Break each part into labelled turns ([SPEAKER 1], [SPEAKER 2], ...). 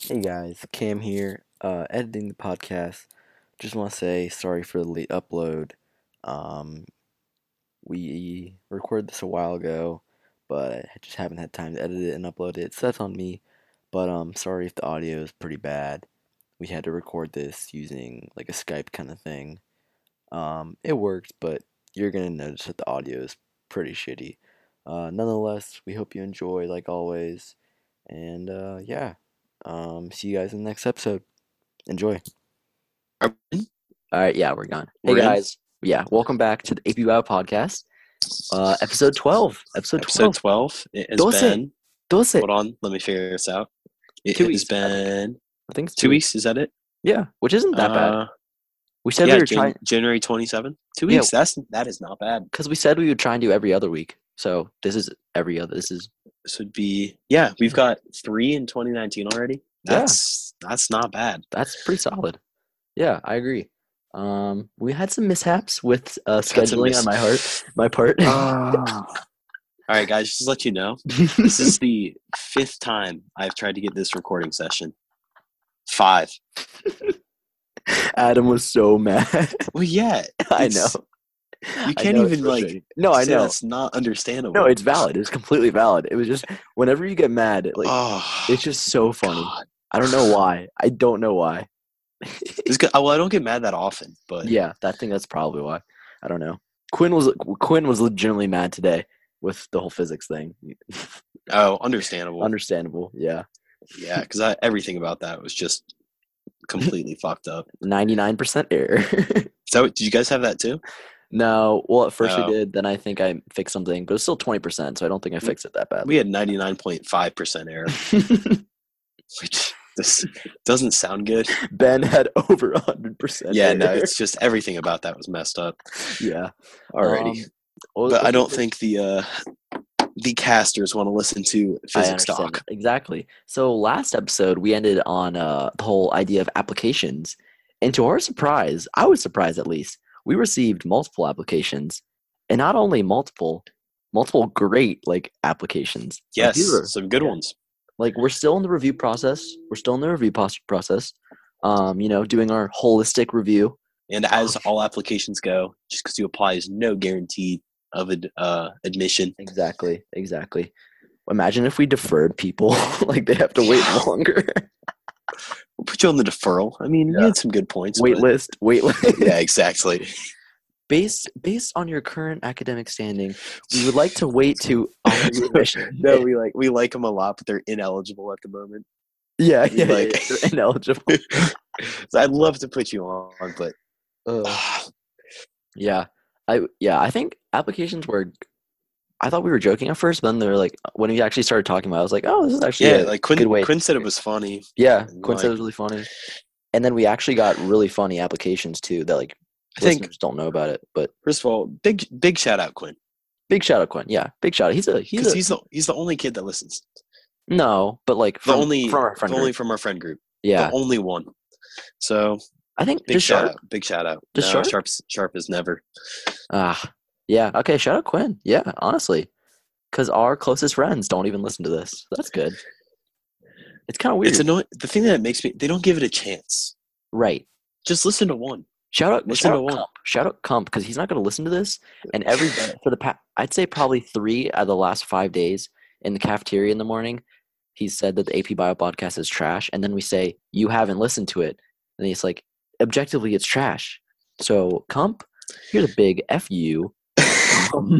[SPEAKER 1] Hey guys, Cam here, uh, editing the podcast. Just want to say sorry for the late upload. Um, we recorded this a while ago, but I just haven't had time to edit it and upload it, so that's on me. But um, sorry if the audio is pretty bad. We had to record this using like a Skype kind of thing. Um, it worked, but you're gonna notice that the audio is pretty shitty. Uh, nonetheless, we hope you enjoy, like always, and uh, yeah. Um, see you guys in the next episode. Enjoy.
[SPEAKER 2] Are
[SPEAKER 1] All right, yeah, we're gone.
[SPEAKER 2] Hey
[SPEAKER 1] We're in?
[SPEAKER 2] guys,
[SPEAKER 1] yeah, welcome back to the AP Wow podcast, uh, episode twelve. Episode
[SPEAKER 2] episode
[SPEAKER 1] twelve.
[SPEAKER 2] twelve. It has
[SPEAKER 1] Doce.
[SPEAKER 2] been.
[SPEAKER 1] Doce.
[SPEAKER 2] Hold on, let me figure this out. It
[SPEAKER 1] Two
[SPEAKER 2] has
[SPEAKER 1] weeks.
[SPEAKER 2] been
[SPEAKER 1] I think it's
[SPEAKER 2] two weeks. Is that it?
[SPEAKER 1] Yeah, which isn't that bad.
[SPEAKER 2] Uh,
[SPEAKER 1] We said
[SPEAKER 2] yeah,
[SPEAKER 1] we were
[SPEAKER 2] Jan-
[SPEAKER 1] trying
[SPEAKER 2] January twenty seventh. Two
[SPEAKER 1] Yeah.
[SPEAKER 2] weeks. That's that is not bad.
[SPEAKER 1] because we said we would try and do every other week. So this is every other. This is
[SPEAKER 2] This would be yeah. We've got three in twenty nineteen already.
[SPEAKER 1] Yeah.
[SPEAKER 2] That's that's not bad.
[SPEAKER 1] that's pretty solid. Yeah, I agree. Um, we had some mishaps with uh,
[SPEAKER 2] That's a
[SPEAKER 1] scheduling
[SPEAKER 2] miss.
[SPEAKER 1] on my heart, my part.
[SPEAKER 2] Ah. All right, guys, just to let you know, this is the fifth time I've tried to get this recording session. Five.
[SPEAKER 1] Adam was so mad.
[SPEAKER 2] Well, yeah.
[SPEAKER 1] I know.
[SPEAKER 2] It's- You
[SPEAKER 1] I
[SPEAKER 2] can't
[SPEAKER 1] know it's
[SPEAKER 2] even like.
[SPEAKER 1] frustrating. No, Oh, I
[SPEAKER 2] say
[SPEAKER 1] know.
[SPEAKER 2] That's not understandable.
[SPEAKER 1] No, it's valid. It's completely valid. It was just whenever you get mad, it, like
[SPEAKER 2] oh,
[SPEAKER 1] it's just so funny.
[SPEAKER 2] God.
[SPEAKER 1] I don't know why. I don't know why.
[SPEAKER 2] It's good. Well, I don't get mad that often, but
[SPEAKER 1] Yeah, I think that's probably why. I don't know. Quinn was Quinn was legitimately mad today with the whole physics thing.
[SPEAKER 2] oh, understandable.
[SPEAKER 1] Understandable. Yeah,
[SPEAKER 2] yeah, because everything about that was just completely fucked up.
[SPEAKER 1] ninety nine percent error.
[SPEAKER 2] So, did you guys have that too?
[SPEAKER 1] no, well at first
[SPEAKER 2] Oh.
[SPEAKER 1] we did. Then I think I fixed something, but it's still twenty percent. So I don't think I fixed it that badly.
[SPEAKER 2] We had ninety nine point five percent error, which this doesn't sound good.
[SPEAKER 1] ben had over hundred percent.
[SPEAKER 2] Yeah, no, it's just everything about that was messed up.
[SPEAKER 1] yeah.
[SPEAKER 2] Alrighty,
[SPEAKER 1] Um, well,
[SPEAKER 2] but I
[SPEAKER 1] it's-
[SPEAKER 2] don't think the uh, the casters want to listen to
[SPEAKER 1] I
[SPEAKER 2] physics
[SPEAKER 1] understand
[SPEAKER 2] talk.
[SPEAKER 1] that. Exactly. So last episode we ended on uh, the whole idea of applications, and to our surprise, I was surprised at least, we received multiple applications, and not only multiple, multiple great like applications. Like,
[SPEAKER 2] Yes,
[SPEAKER 1] these are-
[SPEAKER 2] some good
[SPEAKER 1] yeah.
[SPEAKER 2] ones.
[SPEAKER 1] like we're still in the review process. We're still in the review pos- process. Um, you know, doing our holistic review.
[SPEAKER 2] And
[SPEAKER 1] Oh.
[SPEAKER 2] as all applications go, just because you apply is no guarantee of ad, uh, admission.
[SPEAKER 1] Exactly. Exactly. Imagine if we deferred people, like they have to wait longer.
[SPEAKER 2] We'll put you on the deferral. I mean, you
[SPEAKER 1] Yeah.
[SPEAKER 2] had some good points.
[SPEAKER 1] wait
[SPEAKER 2] but-
[SPEAKER 1] list. Wait list.
[SPEAKER 2] Yeah, exactly.
[SPEAKER 1] based based on your current academic standing, we would like to wait to honor your admission.
[SPEAKER 2] no, we like we like them a lot, but they're ineligible at the moment.
[SPEAKER 1] yeah,
[SPEAKER 2] we
[SPEAKER 1] yeah,
[SPEAKER 2] like-
[SPEAKER 1] yeah, they're ineligible.
[SPEAKER 2] So I'd love to put you on, but
[SPEAKER 1] Ugh. yeah, I yeah, I think applications were. I thought we were joking at first, but then they were like, when we actually started talking about, it, I was like, oh, this is actually
[SPEAKER 2] yeah,
[SPEAKER 1] a-
[SPEAKER 2] like
[SPEAKER 1] good
[SPEAKER 2] Quinn,
[SPEAKER 1] way.
[SPEAKER 2] Quinn said it was funny.
[SPEAKER 1] yeah.
[SPEAKER 2] and
[SPEAKER 1] Quinn said
[SPEAKER 2] like-
[SPEAKER 1] it was really funny, and then we actually got really funny applications too that like
[SPEAKER 2] I think
[SPEAKER 1] listeners don't know about it. But
[SPEAKER 2] first of all, big big shout out Quinn
[SPEAKER 1] big shout out Quinn, yeah, big shout out. He's a he's
[SPEAKER 2] because
[SPEAKER 1] a
[SPEAKER 2] he's the he's the only kid that listens.
[SPEAKER 1] no, but like
[SPEAKER 2] The
[SPEAKER 1] from,
[SPEAKER 2] only
[SPEAKER 1] from our friend
[SPEAKER 2] the only
[SPEAKER 1] group.
[SPEAKER 2] from our friend group.
[SPEAKER 1] yeah.
[SPEAKER 2] The only one. So
[SPEAKER 1] I think
[SPEAKER 2] big
[SPEAKER 1] just
[SPEAKER 2] shout
[SPEAKER 1] Sharp-
[SPEAKER 2] out. Big shout out.
[SPEAKER 1] Does
[SPEAKER 2] no,
[SPEAKER 1] Sharp-
[SPEAKER 2] Sharp's sharp is never.
[SPEAKER 1] Ah, yeah. Okay, shout out Quinn. Yeah, honestly, because our closest friends don't even listen to this. That's good. It's kind of weird,
[SPEAKER 2] It's annoying. The thing that makes me they don't give it a chance.
[SPEAKER 1] right?
[SPEAKER 2] Just listen to one.
[SPEAKER 1] Shout out,
[SPEAKER 2] Listen
[SPEAKER 1] shout
[SPEAKER 2] to
[SPEAKER 1] out,
[SPEAKER 2] one.
[SPEAKER 1] Kump. shout out Kump because he's not going to listen to this. And every day for the past, I'd say probably three out of the last five days in the cafeteria in the morning, he said that the AP Bio podcast is trash, and then we say you haven't listened to it, and he's like, objectively, it's trash. So Kump, here's a big f you.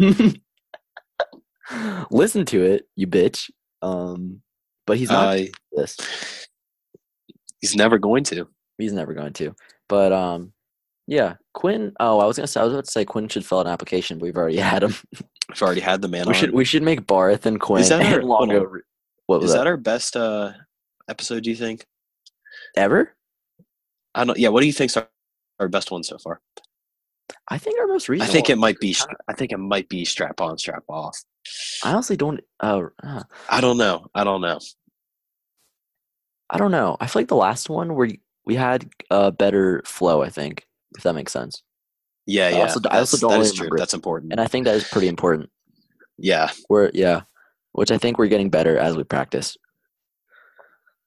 [SPEAKER 1] Listen to it, you bitch. Um, but he's not
[SPEAKER 2] Uh,
[SPEAKER 1] doing this.
[SPEAKER 2] he's never going to.
[SPEAKER 1] He's never going to. But um, yeah, Quinn. Oh, I was gonna say I was about to say Quinn should fill out an application, but we've already had him.
[SPEAKER 2] I've already had the man
[SPEAKER 1] we
[SPEAKER 2] on.
[SPEAKER 1] should we should make Barth and Quinn
[SPEAKER 2] that our-
[SPEAKER 1] and
[SPEAKER 2] hold
[SPEAKER 1] Longo.
[SPEAKER 2] on.
[SPEAKER 1] re- What was
[SPEAKER 2] Is
[SPEAKER 1] that,
[SPEAKER 2] that our best uh, episode? Do you think?
[SPEAKER 1] ever?
[SPEAKER 2] I don't. Yeah. What do you think's our, our best one so far?
[SPEAKER 1] I think our most
[SPEAKER 2] I
[SPEAKER 1] recent.
[SPEAKER 2] think
[SPEAKER 1] one-
[SPEAKER 2] it might be. stra- I think it might be strap on, strap off.
[SPEAKER 1] I honestly don't. Uh, uh,
[SPEAKER 2] I don't know. I don't know.
[SPEAKER 1] I don't know. I feel like the last one where y- we had uh, better flow. I think if that makes sense,
[SPEAKER 2] Yeah.
[SPEAKER 1] I
[SPEAKER 2] Yeah.
[SPEAKER 1] also d- I also
[SPEAKER 2] that's-
[SPEAKER 1] don't
[SPEAKER 2] that
[SPEAKER 1] really
[SPEAKER 2] is true.
[SPEAKER 1] remember it.
[SPEAKER 2] That's important.
[SPEAKER 1] and I think that is pretty important.
[SPEAKER 2] yeah.
[SPEAKER 1] We're yeah, which I think we're getting better as we practice.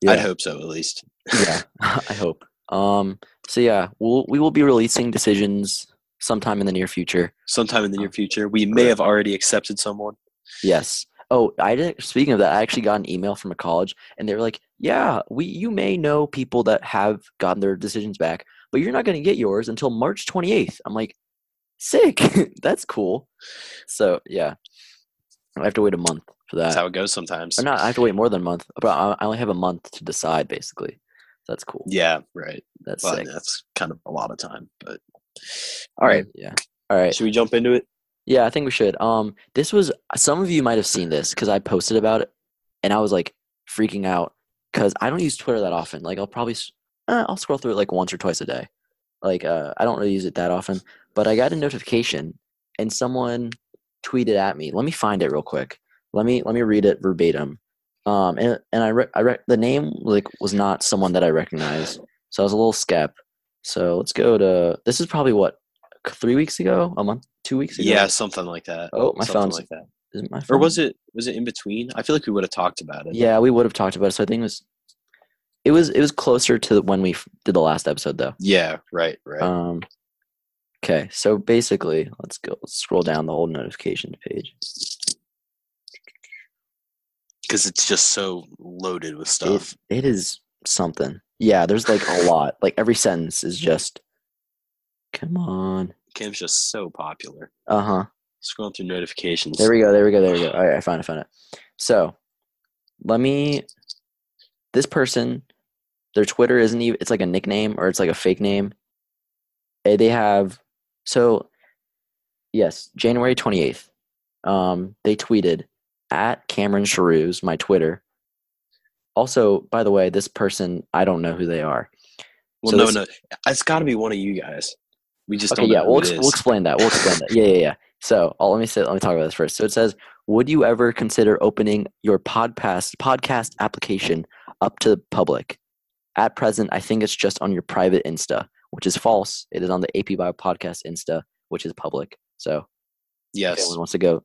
[SPEAKER 1] Yeah.
[SPEAKER 2] I'd hope so, at least.
[SPEAKER 1] yeah i hope um so yeah we'll we will be releasing decisions sometime in the near future
[SPEAKER 2] Sometime
[SPEAKER 1] Oh.
[SPEAKER 2] in the near future, we may have already accepted someone.
[SPEAKER 1] yes oh i did speaking of that i actually got an email from a college and they were like yeah we you may know people that have gotten their decisions back but you're not going to get yours until march 28th i'm like sick that's cool so yeah i have to wait a month for that
[SPEAKER 2] That's how it goes sometimes.
[SPEAKER 1] or not Uh, i have to wait more than a month but i I only have a month to decide basically so that's cool
[SPEAKER 2] Yeah, right.
[SPEAKER 1] that's
[SPEAKER 2] Well,
[SPEAKER 1] sick
[SPEAKER 2] that's kind of a lot of time, but all
[SPEAKER 1] all
[SPEAKER 2] right.
[SPEAKER 1] yeah all right
[SPEAKER 2] Should we jump into it?
[SPEAKER 1] Yeah, I think we should. Um, this was some of you might have seen this because I posted about it, and I was like freaking out because I don't use Twitter that often. Like, I'll probably s- uh, I'll scroll through it like once or twice a day. Like, uh, I don't really use it that often, but I got a notification and someone tweeted at me. Let me find it real quick. Let me let me read it verbatim. Um, and and I re- I re- the name like was not someone that I recognized, so I was a little skep. So let's go to this is probably what c- three weeks ago, a month, two weeks ago.
[SPEAKER 2] Yeah, something like that.
[SPEAKER 1] Oh, my
[SPEAKER 2] something
[SPEAKER 1] phone's.
[SPEAKER 2] like that.
[SPEAKER 1] is it my
[SPEAKER 2] Or
[SPEAKER 1] phone?
[SPEAKER 2] was it was it in between? I feel like we would have talked about it.
[SPEAKER 1] Yeah, we would have talked about it. So I think it was. It was it was closer to when we f- did the last episode though.
[SPEAKER 2] Yeah, right, right.
[SPEAKER 1] Um. Okay, so basically, let's go let's scroll down the whole notifications page.
[SPEAKER 2] Because it's just so loaded with
[SPEAKER 1] It,
[SPEAKER 2] stuff.
[SPEAKER 1] it is something. Yeah, there's like a lot. Like every sentence is just. Come on.
[SPEAKER 2] Cam's just so popular.
[SPEAKER 1] Uh huh.
[SPEAKER 2] Scrolling through notifications.
[SPEAKER 1] There we go. There we go. There we go. All right, I found it. Found it. So, let me. This person, their Twitter isn't even. It's like a nickname or it's like a fake name. Eh, They have. So, yes, January twenty eighth. Um, they tweeted at Cameron Sharews, my Twitter. Also, by the way, this person I don't know who they are.
[SPEAKER 2] well,
[SPEAKER 1] so
[SPEAKER 2] no,
[SPEAKER 1] this-
[SPEAKER 2] no. It's got to be one of you guys. We just
[SPEAKER 1] Okay,
[SPEAKER 2] don't
[SPEAKER 1] yeah,
[SPEAKER 2] know.
[SPEAKER 1] we'll,
[SPEAKER 2] who
[SPEAKER 1] ex-
[SPEAKER 2] it
[SPEAKER 1] we'll
[SPEAKER 2] is.
[SPEAKER 1] explain that. We'll explain that. Yeah, yeah, yeah. So oh, let me say, let me talk about this first. So it says, would you ever consider opening your podcast podcast application up to the public? At present, I think it's just on your private Insta, which is false. It is on the AP Bio Podcast Insta, which is public. So if
[SPEAKER 2] yes.
[SPEAKER 1] anyone wants to go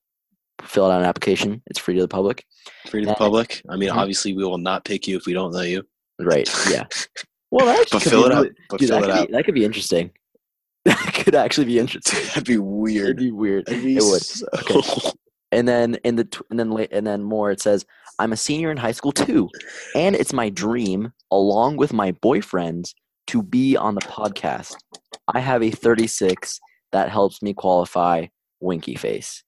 [SPEAKER 1] fill out an application, it's free to the public.
[SPEAKER 2] Free to the
[SPEAKER 1] that-
[SPEAKER 2] public. I mean,
[SPEAKER 1] Mhm.
[SPEAKER 2] obviously, we will not pick you if we don't know you.
[SPEAKER 1] Right? Yeah. Well, that actually
[SPEAKER 2] But
[SPEAKER 1] could
[SPEAKER 2] fill
[SPEAKER 1] be
[SPEAKER 2] it out.
[SPEAKER 1] really-
[SPEAKER 2] But
[SPEAKER 1] dude,
[SPEAKER 2] fill
[SPEAKER 1] that
[SPEAKER 2] it
[SPEAKER 1] could
[SPEAKER 2] out.
[SPEAKER 1] Be, that could be interesting. that could actually be interesting.
[SPEAKER 2] That'd be
[SPEAKER 1] It'd
[SPEAKER 2] weird.
[SPEAKER 1] be weird.
[SPEAKER 2] That'd be
[SPEAKER 1] It would.
[SPEAKER 2] so-
[SPEAKER 1] and then in the tw- and then la- and then more it says i'm a senior in high school too and it's my dream along with my boyfriends to be on the podcast i have a 36 that helps me qualify winky face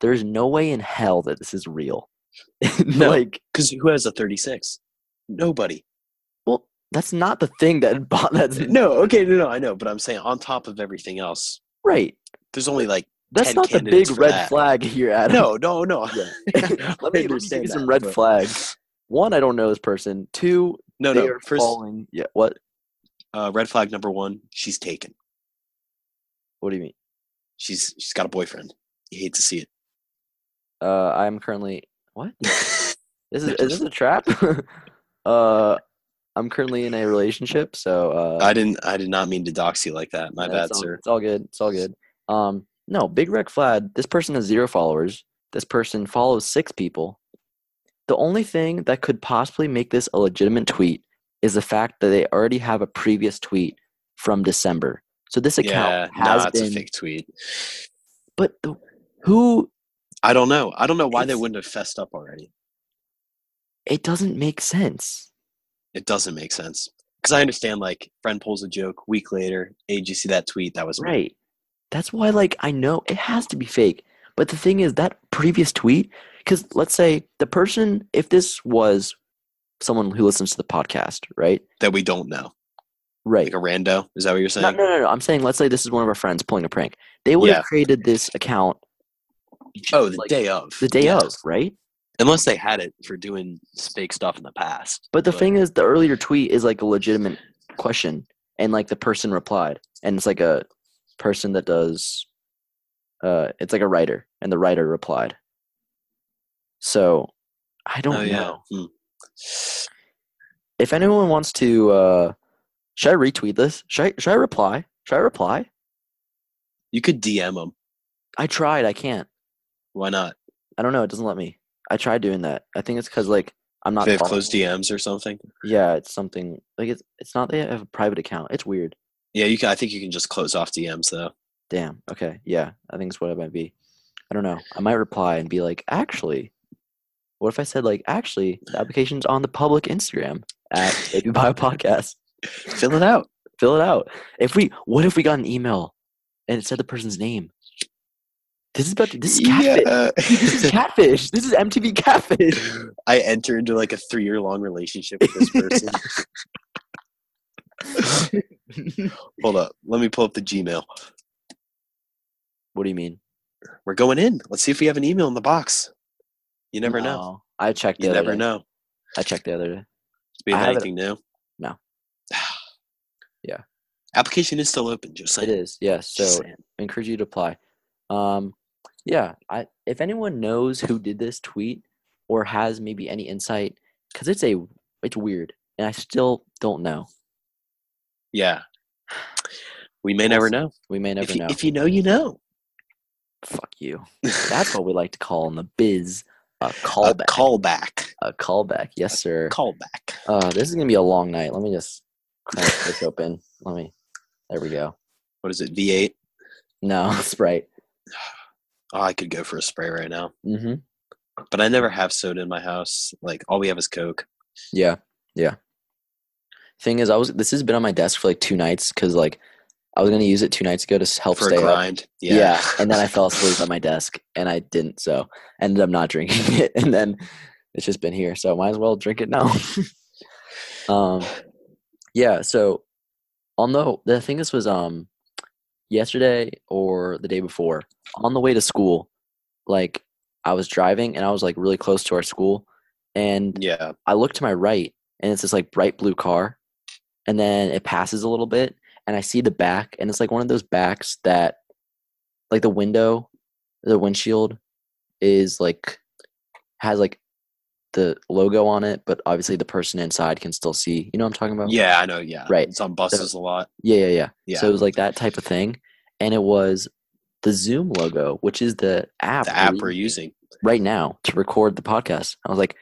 [SPEAKER 1] there's no way in hell that this is real
[SPEAKER 2] No.
[SPEAKER 1] like
[SPEAKER 2] Because who has a 36? Nobody.
[SPEAKER 1] well that's not the thing that bo- that's
[SPEAKER 2] No, okay, no, no, I know, but I'm saying on top of everything else,
[SPEAKER 1] right
[SPEAKER 2] there's only like
[SPEAKER 1] that's
[SPEAKER 2] 10
[SPEAKER 1] not the big
[SPEAKER 2] candidates for
[SPEAKER 1] red
[SPEAKER 2] that.
[SPEAKER 1] flag here adam
[SPEAKER 2] no, no, no.
[SPEAKER 1] Yeah.
[SPEAKER 2] I
[SPEAKER 1] let me, let me give you
[SPEAKER 2] understand
[SPEAKER 1] some
[SPEAKER 2] that,
[SPEAKER 1] red
[SPEAKER 2] but-
[SPEAKER 1] flags one i don't know this person two
[SPEAKER 2] No,
[SPEAKER 1] they
[SPEAKER 2] no.
[SPEAKER 1] are
[SPEAKER 2] First,
[SPEAKER 1] falling yeah what
[SPEAKER 2] uh, red flag number one: she's taken.
[SPEAKER 1] What do you mean?
[SPEAKER 2] She's she's got a boyfriend. You hate to see it.
[SPEAKER 1] Uh, I'm currently what? This is is this a trap? uh, I'm currently in a relationship, so uh,
[SPEAKER 2] I didn't. I did not mean to dox you like that. My
[SPEAKER 1] no,
[SPEAKER 2] bad,
[SPEAKER 1] it's all,
[SPEAKER 2] sir.
[SPEAKER 1] It's all good. It's all good. Um, no, big red flag. This person has zero followers. This person follows six people. The only thing that could possibly make this a legitimate tweet is the fact that they already have a previous tweet from December. So this
[SPEAKER 2] Yeah,
[SPEAKER 1] account has
[SPEAKER 2] nah, it's a
[SPEAKER 1] been.
[SPEAKER 2] fake tweet.
[SPEAKER 1] But the, who?
[SPEAKER 2] I don't know. I don't know why they
[SPEAKER 1] It's-
[SPEAKER 2] wouldn't have fessed up already.
[SPEAKER 1] It doesn't make sense.
[SPEAKER 2] It doesn't make sense. Because I understand, like, friend pulls a joke. Week later, hey, did you see that tweet? That was me."
[SPEAKER 1] Right. That's why, like, I know it has to be fake. But the thing is, that previous tweet, because let's say the person, if this was someone who listens to the podcast, right?
[SPEAKER 2] that we don't know.
[SPEAKER 1] Right.
[SPEAKER 2] Like a rando. Is that what you're
[SPEAKER 1] No,
[SPEAKER 2] saying?
[SPEAKER 1] no, no, no. I'm saying, let's say this is one of our friends pulling a prank. They would
[SPEAKER 2] Yeah.
[SPEAKER 1] have created this account
[SPEAKER 2] Oh, the
[SPEAKER 1] like,
[SPEAKER 2] day of.
[SPEAKER 1] the day
[SPEAKER 2] Yeah.
[SPEAKER 1] of, right?
[SPEAKER 2] Unless they had it for doing fake stuff in the past.
[SPEAKER 1] But the thing is, the earlier tweet is like a legitimate question, and like the person replied, and it's like a person that does, uh, it's like a writer, and the writer replied. So, I don't
[SPEAKER 2] Oh,
[SPEAKER 1] know.
[SPEAKER 2] yeah. Hmm.
[SPEAKER 1] If anyone wants to, uh, should I retweet this? Should I, should I reply? Should I reply?
[SPEAKER 2] You could DM them.
[SPEAKER 1] I tried. I can't.
[SPEAKER 2] Why not?
[SPEAKER 1] I don't know. It doesn't let me. I tried doing that. I think it's because like I'm not.
[SPEAKER 2] they have
[SPEAKER 1] following-
[SPEAKER 2] closed DMs or something.
[SPEAKER 1] Yeah, it's something like it's. It's not. They have a private account. It's weird.
[SPEAKER 2] Yeah, you can. I think you can just close off DMs though.
[SPEAKER 1] Damn. Okay. Yeah, I think it's what it might be. I don't know. I might reply and be like, actually, what if I said like, actually, the application's on the public Instagram at Baby Bio Podcast.
[SPEAKER 2] Fill it out.
[SPEAKER 1] Fill it out. If we, what if we got an email and it said the person's name? This is about. This is catfish. This is catfish. This is MTV catfish.
[SPEAKER 2] I enter into like a three year long relationship with this person. Hold up. Let me pull up the Gmail.
[SPEAKER 1] what do you mean?
[SPEAKER 2] We're going in. Let's see if we have an email in the box. You never know.
[SPEAKER 1] No. I checked. The
[SPEAKER 2] You
[SPEAKER 1] other
[SPEAKER 2] never
[SPEAKER 1] day.
[SPEAKER 2] know.
[SPEAKER 1] I checked the other day.
[SPEAKER 2] Do we
[SPEAKER 1] I
[SPEAKER 2] have
[SPEAKER 1] haven't-
[SPEAKER 2] anything new?
[SPEAKER 1] No. Yeah.
[SPEAKER 2] Application is still open. Just
[SPEAKER 1] It
[SPEAKER 2] saying.
[SPEAKER 1] is. Yes.
[SPEAKER 2] Just
[SPEAKER 1] so
[SPEAKER 2] saying.
[SPEAKER 1] I encourage you to apply. Um, yeah, I if anyone knows who did this tweet or has maybe any insight, because it's a it's weird, and I still don't know.
[SPEAKER 2] Yeah. We may never know.
[SPEAKER 1] We may never
[SPEAKER 2] if, you,
[SPEAKER 1] know.
[SPEAKER 2] if you know, you know.
[SPEAKER 1] Fuck you. That's what we like to call in the biz a
[SPEAKER 2] a
[SPEAKER 1] callback.
[SPEAKER 2] callback.
[SPEAKER 1] A callback. Yes, sir.
[SPEAKER 2] Callback.
[SPEAKER 1] Uh, this is gonna be a long night. Let me just crack this open. Let me. There we go.
[SPEAKER 2] What is it? V8.
[SPEAKER 1] No Sprite.
[SPEAKER 2] Oh, I could go for a spray right now,
[SPEAKER 1] Mm-hmm.
[SPEAKER 2] but I never have soda in my house. Like all we have is Coke.
[SPEAKER 1] Yeah, yeah. Thing is, I was this has been on my desk for like two nights because like I was gonna use it two nights ago to s- help
[SPEAKER 2] for
[SPEAKER 1] stay
[SPEAKER 2] a
[SPEAKER 1] up.
[SPEAKER 2] grind.
[SPEAKER 1] Yeah.
[SPEAKER 2] Yeah.
[SPEAKER 1] and then I fell asleep at my desk and I didn't, so I ended up not drinking it, and then it's just been here, so might as well drink it now. um, yeah. So, on the the thing this was um yesterday or the day before on the way to school, like I was driving and I was like really close to our school, and
[SPEAKER 2] yeah.
[SPEAKER 1] I look to my right and it's this like bright blue car and then it passes a little bit and I see the back and it's like one of those backs that like the window the windshield is like has like the logo on it but obviously the person inside can still see. You know what I'm talking about?
[SPEAKER 2] Yeah, I know. Yeah.
[SPEAKER 1] Oh. Right.
[SPEAKER 2] It's on buses a lot.
[SPEAKER 1] Yeah, yeah, yeah.
[SPEAKER 2] Yeah.
[SPEAKER 1] So it was like that type of thing and it was the Zoom logo, which is the app
[SPEAKER 2] the
[SPEAKER 1] we're
[SPEAKER 2] app we're
[SPEAKER 1] using
[SPEAKER 2] using.
[SPEAKER 1] right now to record the podcast. I was like,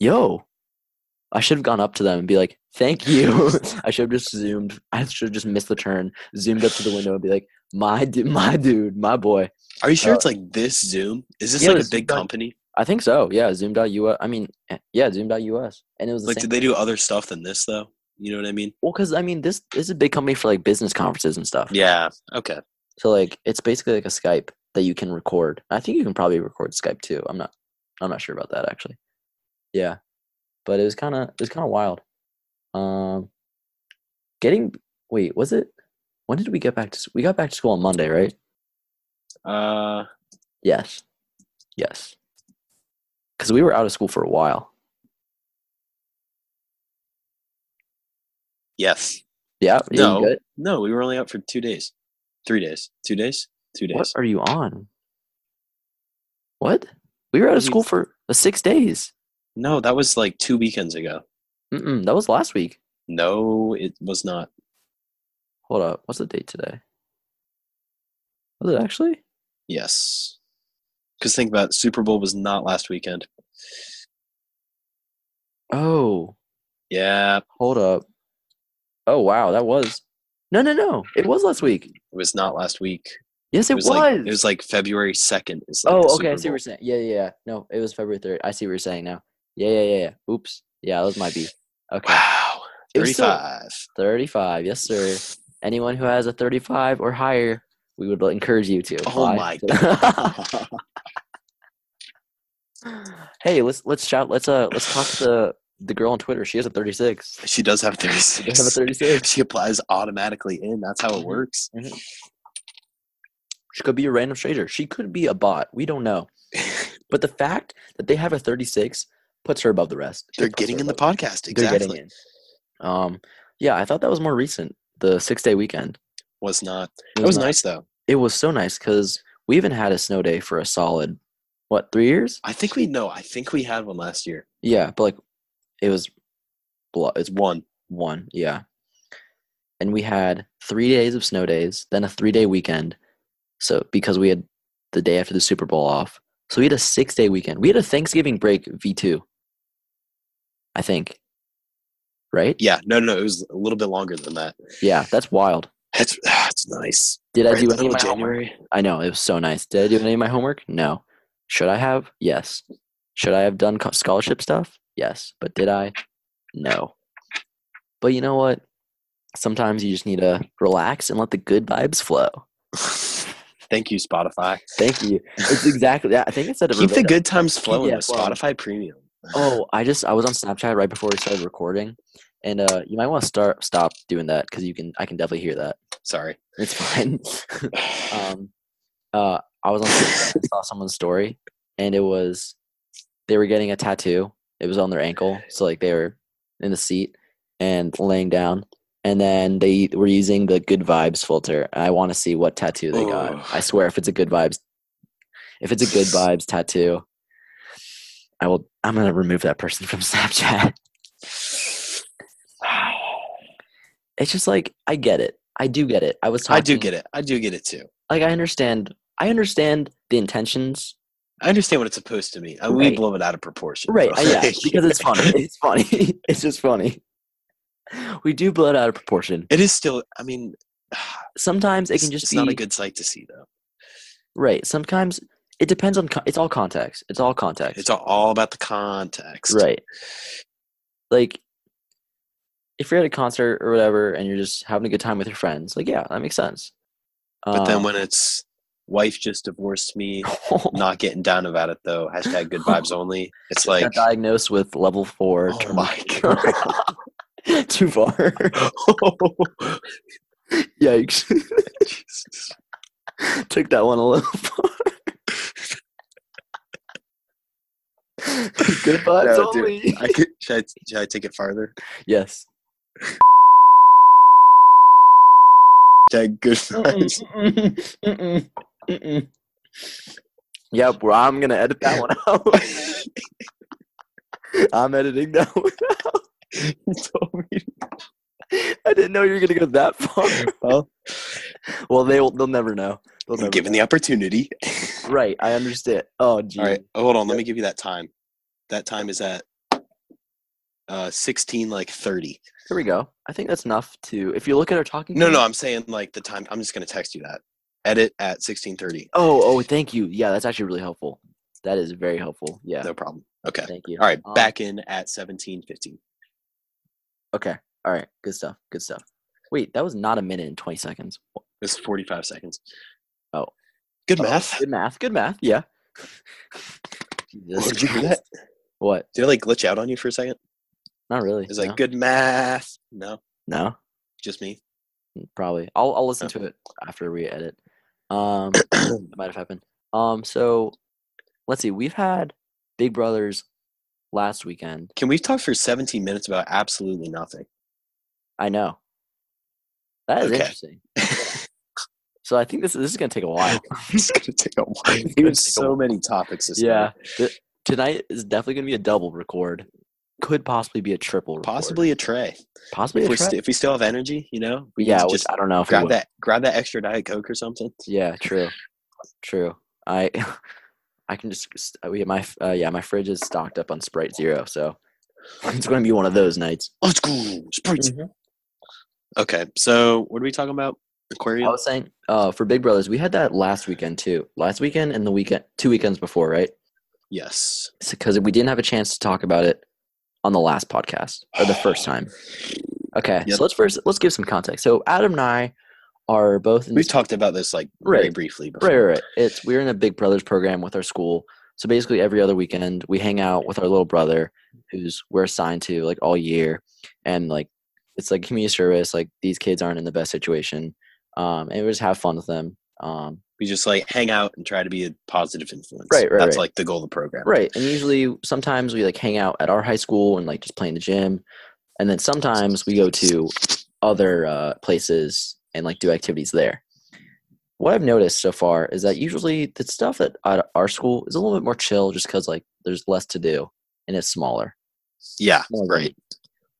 [SPEAKER 1] yo, I should have gone up to them and be like, thank you. I should have just zoomed. I should have just missed the turn, zoomed up to the window and be like, my, du- my dude, my boy.
[SPEAKER 2] Are you sure
[SPEAKER 1] Uh,
[SPEAKER 2] it's like this Zoom? Is this
[SPEAKER 1] yeah,
[SPEAKER 2] like a
[SPEAKER 1] this
[SPEAKER 2] big
[SPEAKER 1] is like-
[SPEAKER 2] company?
[SPEAKER 1] I think so. Yeah. Zoom.us. I mean, eh, yeah, zoom.us. And it was the
[SPEAKER 2] Like,
[SPEAKER 1] same.
[SPEAKER 2] did they do other stuff than this though? You know what I mean?
[SPEAKER 1] well, because I mean, this, this is a big company for like business conferences and stuff.
[SPEAKER 2] Yeah. Okay.
[SPEAKER 1] So like, it's basically like a Skype that you can record. I think you can probably record Skype too. I'm not, I'm not sure about that actually. Yeah, but it was kind of, it was kind of wild. Um, getting wait, was it? When did we get back to? s- We got back to school on Monday, right?
[SPEAKER 2] Uh,
[SPEAKER 1] Yes, yes. Because we were out of school for a while.
[SPEAKER 2] yes.
[SPEAKER 1] Yeah. yeah, you
[SPEAKER 2] No,
[SPEAKER 1] good?
[SPEAKER 2] No, we were only out for two days, three days, two days, two days.
[SPEAKER 1] What are you on? What? We were out
[SPEAKER 2] What
[SPEAKER 1] of
[SPEAKER 2] do you-
[SPEAKER 1] school for uh, six days.
[SPEAKER 2] No, that was like two weekends ago.
[SPEAKER 1] Mm-mm, that was last week.
[SPEAKER 2] No, it was not.
[SPEAKER 1] Hold up. What's the date today? Was it actually?
[SPEAKER 2] Yes. Because think about it, Super Bowl was not last weekend.
[SPEAKER 1] Oh,
[SPEAKER 2] Yeah,
[SPEAKER 1] hold up. Oh, wow. That was. No, no, no. It was last week.
[SPEAKER 2] it was not last week.
[SPEAKER 1] Yes, it, was.
[SPEAKER 2] Like, it was like February second. Is like the
[SPEAKER 1] oh, okay. I see
[SPEAKER 2] Super
[SPEAKER 1] what
[SPEAKER 2] Bowl.
[SPEAKER 1] you're saying. Yeah, yeah, yeah. No, it was February 3rd. I see what you're saying now. Yeah, yeah, yeah, yeah. Oops. Yeah, those might be. Okay.
[SPEAKER 2] Wow.
[SPEAKER 1] It was still-
[SPEAKER 2] 35.
[SPEAKER 1] 35. Yes, sir. Anyone who has a 35 or higher, we would encourage you to.
[SPEAKER 2] Oh
[SPEAKER 1] apply
[SPEAKER 2] my
[SPEAKER 1] to-
[SPEAKER 2] god.
[SPEAKER 1] hey, let's let's shout. Let's uh let's talk to the the girl on Twitter. She has a 36.
[SPEAKER 2] she does have
[SPEAKER 1] She does have a
[SPEAKER 2] 36.
[SPEAKER 1] 36.
[SPEAKER 2] She applies automatically in. That's how
[SPEAKER 1] Mhm.
[SPEAKER 2] it works.
[SPEAKER 1] She could be a random stranger. She could be a bot. We don't know. But the fact that they have a 36 puts her above the rest.
[SPEAKER 2] They're
[SPEAKER 1] Puts
[SPEAKER 2] getting
[SPEAKER 1] her
[SPEAKER 2] in the
[SPEAKER 1] above-
[SPEAKER 2] podcast.
[SPEAKER 1] They're getting
[SPEAKER 2] Exactly.
[SPEAKER 1] in. Um, yeah, I thought that was more recent. The six day weekend.
[SPEAKER 2] Was not.
[SPEAKER 1] It
[SPEAKER 2] That was
[SPEAKER 1] not-
[SPEAKER 2] nice though.
[SPEAKER 1] It was so nice because we haven't had a snow day for a solid what three years?
[SPEAKER 2] I think we know. I think we had one last year.
[SPEAKER 1] Yeah, but like it was. blo- It's
[SPEAKER 2] It's one.
[SPEAKER 1] one, yeah. And we had three days of snow days, then a three day weekend. So because we had the day after the Super Bowl off. So we had a six day weekend. We had a Thanksgiving break V two. I think. Right?
[SPEAKER 2] Yeah, no, no, it was a little bit longer than that.
[SPEAKER 1] Yeah, that's wild.
[SPEAKER 2] That's that's nice.
[SPEAKER 1] Did I
[SPEAKER 2] Right
[SPEAKER 1] do
[SPEAKER 2] in the
[SPEAKER 1] any of
[SPEAKER 2] middle
[SPEAKER 1] my
[SPEAKER 2] of
[SPEAKER 1] homework? I know it was so nice. Did I do any of my homework? No. Should I have? Yes. Should I have done co- scholarship stuff? Yes. But did I? No. But you know what? Sometimes you just need to relax and let the good vibes flow.
[SPEAKER 2] Thank you, Spotify.
[SPEAKER 1] Thank you. It's exactly that. I think I said it
[SPEAKER 2] Keep the
[SPEAKER 1] verbatim.
[SPEAKER 2] good times flowing
[SPEAKER 1] that
[SPEAKER 2] with
[SPEAKER 1] flowing.
[SPEAKER 2] Spotify Premium.
[SPEAKER 1] Oh, I just I was on Snapchat right before we started recording, and uh, you might want to start stop doing that because you can I can definitely hear that.
[SPEAKER 2] Sorry.
[SPEAKER 1] It's fine. um, uh, I was on Snapchat and saw someone's story, and it was they were getting a tattoo. It was on their ankle, so like they were in the seat and laying down, and then they were using the good vibes filter. And I want to see what tattoo they
[SPEAKER 2] Ugh.
[SPEAKER 1] got. I swear, if it's a good vibes, if it's a good vibes tattoo, I will. I'm gonna remove that person from Snapchat. It's just like I get it. I do get it. I was. Talking,
[SPEAKER 2] I do get it. I do get it too.
[SPEAKER 1] Like I understand. I understand the intentions
[SPEAKER 2] I understand what it's supposed to mean. Uh, We
[SPEAKER 1] Right.
[SPEAKER 2] blow it out of proportion.
[SPEAKER 1] Right.
[SPEAKER 2] so-
[SPEAKER 1] uh, yeah. Because it's funny. It's funny. it's just funny. We do blow it out of proportion.
[SPEAKER 2] it is still. I mean,
[SPEAKER 1] Sometimes it
[SPEAKER 2] it's,
[SPEAKER 1] can just
[SPEAKER 2] it's
[SPEAKER 1] be
[SPEAKER 2] not a good sight to see though.
[SPEAKER 1] right. Sometimes it depends on. Con- it's all context. It's all context.
[SPEAKER 2] It's all, all about the context.
[SPEAKER 1] right. Like, if you're at a concert or whatever, and you're just having a good time with your friends, like, yeah, that makes sense.
[SPEAKER 2] But then
[SPEAKER 1] Um,
[SPEAKER 2] when it's wife just divorced me, not getting down about it though. Hashtag good vibes only. It's
[SPEAKER 1] got
[SPEAKER 2] like
[SPEAKER 1] diagnosed with level four.
[SPEAKER 2] Oh
[SPEAKER 1] terminal
[SPEAKER 2] my
[SPEAKER 1] cancer. Too far. Yikes.
[SPEAKER 2] Jesus.
[SPEAKER 1] Took that one a little far. Good vibes
[SPEAKER 2] No, dude.
[SPEAKER 1] only.
[SPEAKER 2] I could, should, I, should I take it farther?
[SPEAKER 1] Yes.
[SPEAKER 2] Hashtag good vibes.
[SPEAKER 1] yep, well, I'm gonna edit that one out. I'm editing that one.
[SPEAKER 2] You told me.
[SPEAKER 1] I didn't know you were gonna go that far.
[SPEAKER 2] Well,
[SPEAKER 1] Well, they'll they'll never know. They'll
[SPEAKER 2] I'm
[SPEAKER 1] never
[SPEAKER 2] given the opportunity.
[SPEAKER 1] know. Right, I understand. Oh, gee.
[SPEAKER 2] All right. Oh, hold on. Let me give you that time. That time is at uh 16 like 30.
[SPEAKER 1] Here we go. I think that's enough to. If you look at our talking.
[SPEAKER 2] No, no,
[SPEAKER 1] points-
[SPEAKER 2] I'm saying like the time. I'm just going to text you that. Edit at 16:30.
[SPEAKER 1] Oh, oh, thank you. Yeah, that's actually really helpful. That is very helpful. Yeah,
[SPEAKER 2] No problem. Okay.
[SPEAKER 1] thank you.
[SPEAKER 2] All right,
[SPEAKER 1] Um,
[SPEAKER 2] back in at 17:15.
[SPEAKER 1] Okay. All right. Good stuff. Good stuff. Wait, that was not a minute and 20 seconds. Wha-
[SPEAKER 2] It's 45 seconds.
[SPEAKER 1] Oh.
[SPEAKER 2] Good
[SPEAKER 1] oh,
[SPEAKER 2] math.
[SPEAKER 1] Good math. Good math. Yeah.
[SPEAKER 2] Did
[SPEAKER 1] Jesus
[SPEAKER 2] you hear
[SPEAKER 1] Christ.
[SPEAKER 2] that?
[SPEAKER 1] What?
[SPEAKER 2] Did it like glitch out on you for a second?
[SPEAKER 1] Not really.
[SPEAKER 2] It's like
[SPEAKER 1] no.
[SPEAKER 2] good math. No,
[SPEAKER 1] No,
[SPEAKER 2] just me.
[SPEAKER 1] probably. I'll, I'll listen
[SPEAKER 2] Okay.
[SPEAKER 1] to it after we edit. Um, it might have happened. Um, so let's see. We've had Big Brothers last weekend.
[SPEAKER 2] Can we talk for 17 minutes about absolutely nothing?
[SPEAKER 1] I know. That is
[SPEAKER 2] Okay.
[SPEAKER 1] interesting. So I think this this is gonna take a while.
[SPEAKER 2] it's gonna take a while.
[SPEAKER 1] gonna
[SPEAKER 2] There's
[SPEAKER 1] take a
[SPEAKER 2] so many topics this
[SPEAKER 1] yeah.
[SPEAKER 2] morning.
[SPEAKER 1] th- tonight is definitely gonna be a double record. Could possibly be a triple. Record.
[SPEAKER 2] Possibly a tray.
[SPEAKER 1] Possibly.
[SPEAKER 2] If
[SPEAKER 1] A
[SPEAKER 2] we,
[SPEAKER 1] tri-
[SPEAKER 2] st- if we still have energy, you know, we
[SPEAKER 1] yeah,
[SPEAKER 2] can
[SPEAKER 1] which
[SPEAKER 2] just
[SPEAKER 1] I don't know if it
[SPEAKER 2] grab
[SPEAKER 1] would.
[SPEAKER 2] that grab that extra diet coke or something.
[SPEAKER 1] Yeah, true, true. I I can just s- uh, we my f- uh, yeah my fridge is stocked up on Sprite Zero, so it's going to be one of those nights.
[SPEAKER 2] Let's go. Spritz. Okay, so what are we talking about?
[SPEAKER 1] I
[SPEAKER 2] Aquarium.
[SPEAKER 1] was saying uh, for Big Brothers, we had that last weekend too. Last weekend and the weekend two weekends before, right?
[SPEAKER 2] yes.
[SPEAKER 1] Because we didn't have a chance to talk about it on the last podcast or the first time. Okay,
[SPEAKER 2] Yep.
[SPEAKER 1] so let's first let's give some context. So Adam and I are both in
[SPEAKER 2] We've
[SPEAKER 1] this
[SPEAKER 2] talked about this like very
[SPEAKER 1] Right.
[SPEAKER 2] briefly before.
[SPEAKER 1] Right, right, right. It's we're in a Big Brothers program with our school. So basically, every other weekend we hang out with our little brother, who's we're assigned to like all year, and like it's like community service. Like these kids aren't in the best situation, um, and we just have fun with them. Um,
[SPEAKER 2] We just like hang out and try to be a positive influence.
[SPEAKER 1] Right, right,
[SPEAKER 2] That's
[SPEAKER 1] right.
[SPEAKER 2] like the goal of the program.
[SPEAKER 1] right, and usually sometimes we like hang out at our high school and like just play in the gym, and then sometimes we go to other uh, places and like do activities there. What I've noticed so far is that usually the stuff at, at our school is a little bit more chill, just because like there's less to do and it's smaller.
[SPEAKER 2] Yeah,
[SPEAKER 1] More than-
[SPEAKER 2] right.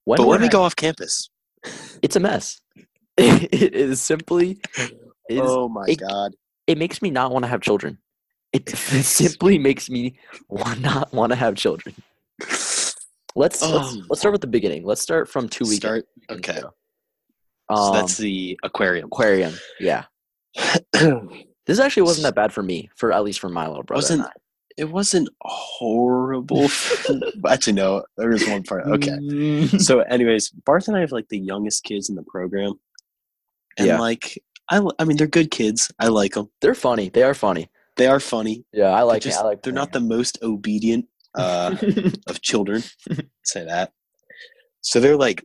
[SPEAKER 1] When
[SPEAKER 2] but
[SPEAKER 1] we're
[SPEAKER 2] when we
[SPEAKER 1] at-
[SPEAKER 2] go off campus,
[SPEAKER 1] it's a mess. it is simply. It, is,
[SPEAKER 2] oh my
[SPEAKER 1] it-
[SPEAKER 2] god,
[SPEAKER 1] it makes me not want to have children. It, it simply makes me wa- not want to have children. Let's let's,
[SPEAKER 2] Oh.
[SPEAKER 1] let's start with the beginning. Let's start from two weeks.
[SPEAKER 2] Start. Okay.
[SPEAKER 1] Um,
[SPEAKER 2] so that's the aquarium.
[SPEAKER 1] aquarium. Yeah,
[SPEAKER 2] it
[SPEAKER 1] this actually wasn't that bad for me. For at least for my little brother. and
[SPEAKER 2] Wasn't- wasn't horrible. Actually, no. There was one part.
[SPEAKER 1] I.
[SPEAKER 2] Okay. so anyways barth and i have like the youngest kids in the program and
[SPEAKER 1] Yeah.
[SPEAKER 2] like I, li- I mean they're good kids i like them
[SPEAKER 1] They're funny. They are funny.
[SPEAKER 2] they are funny
[SPEAKER 1] Yeah, I like.
[SPEAKER 2] just-
[SPEAKER 1] it. I like.
[SPEAKER 2] they're not the most obedient uh, of children say that so they're like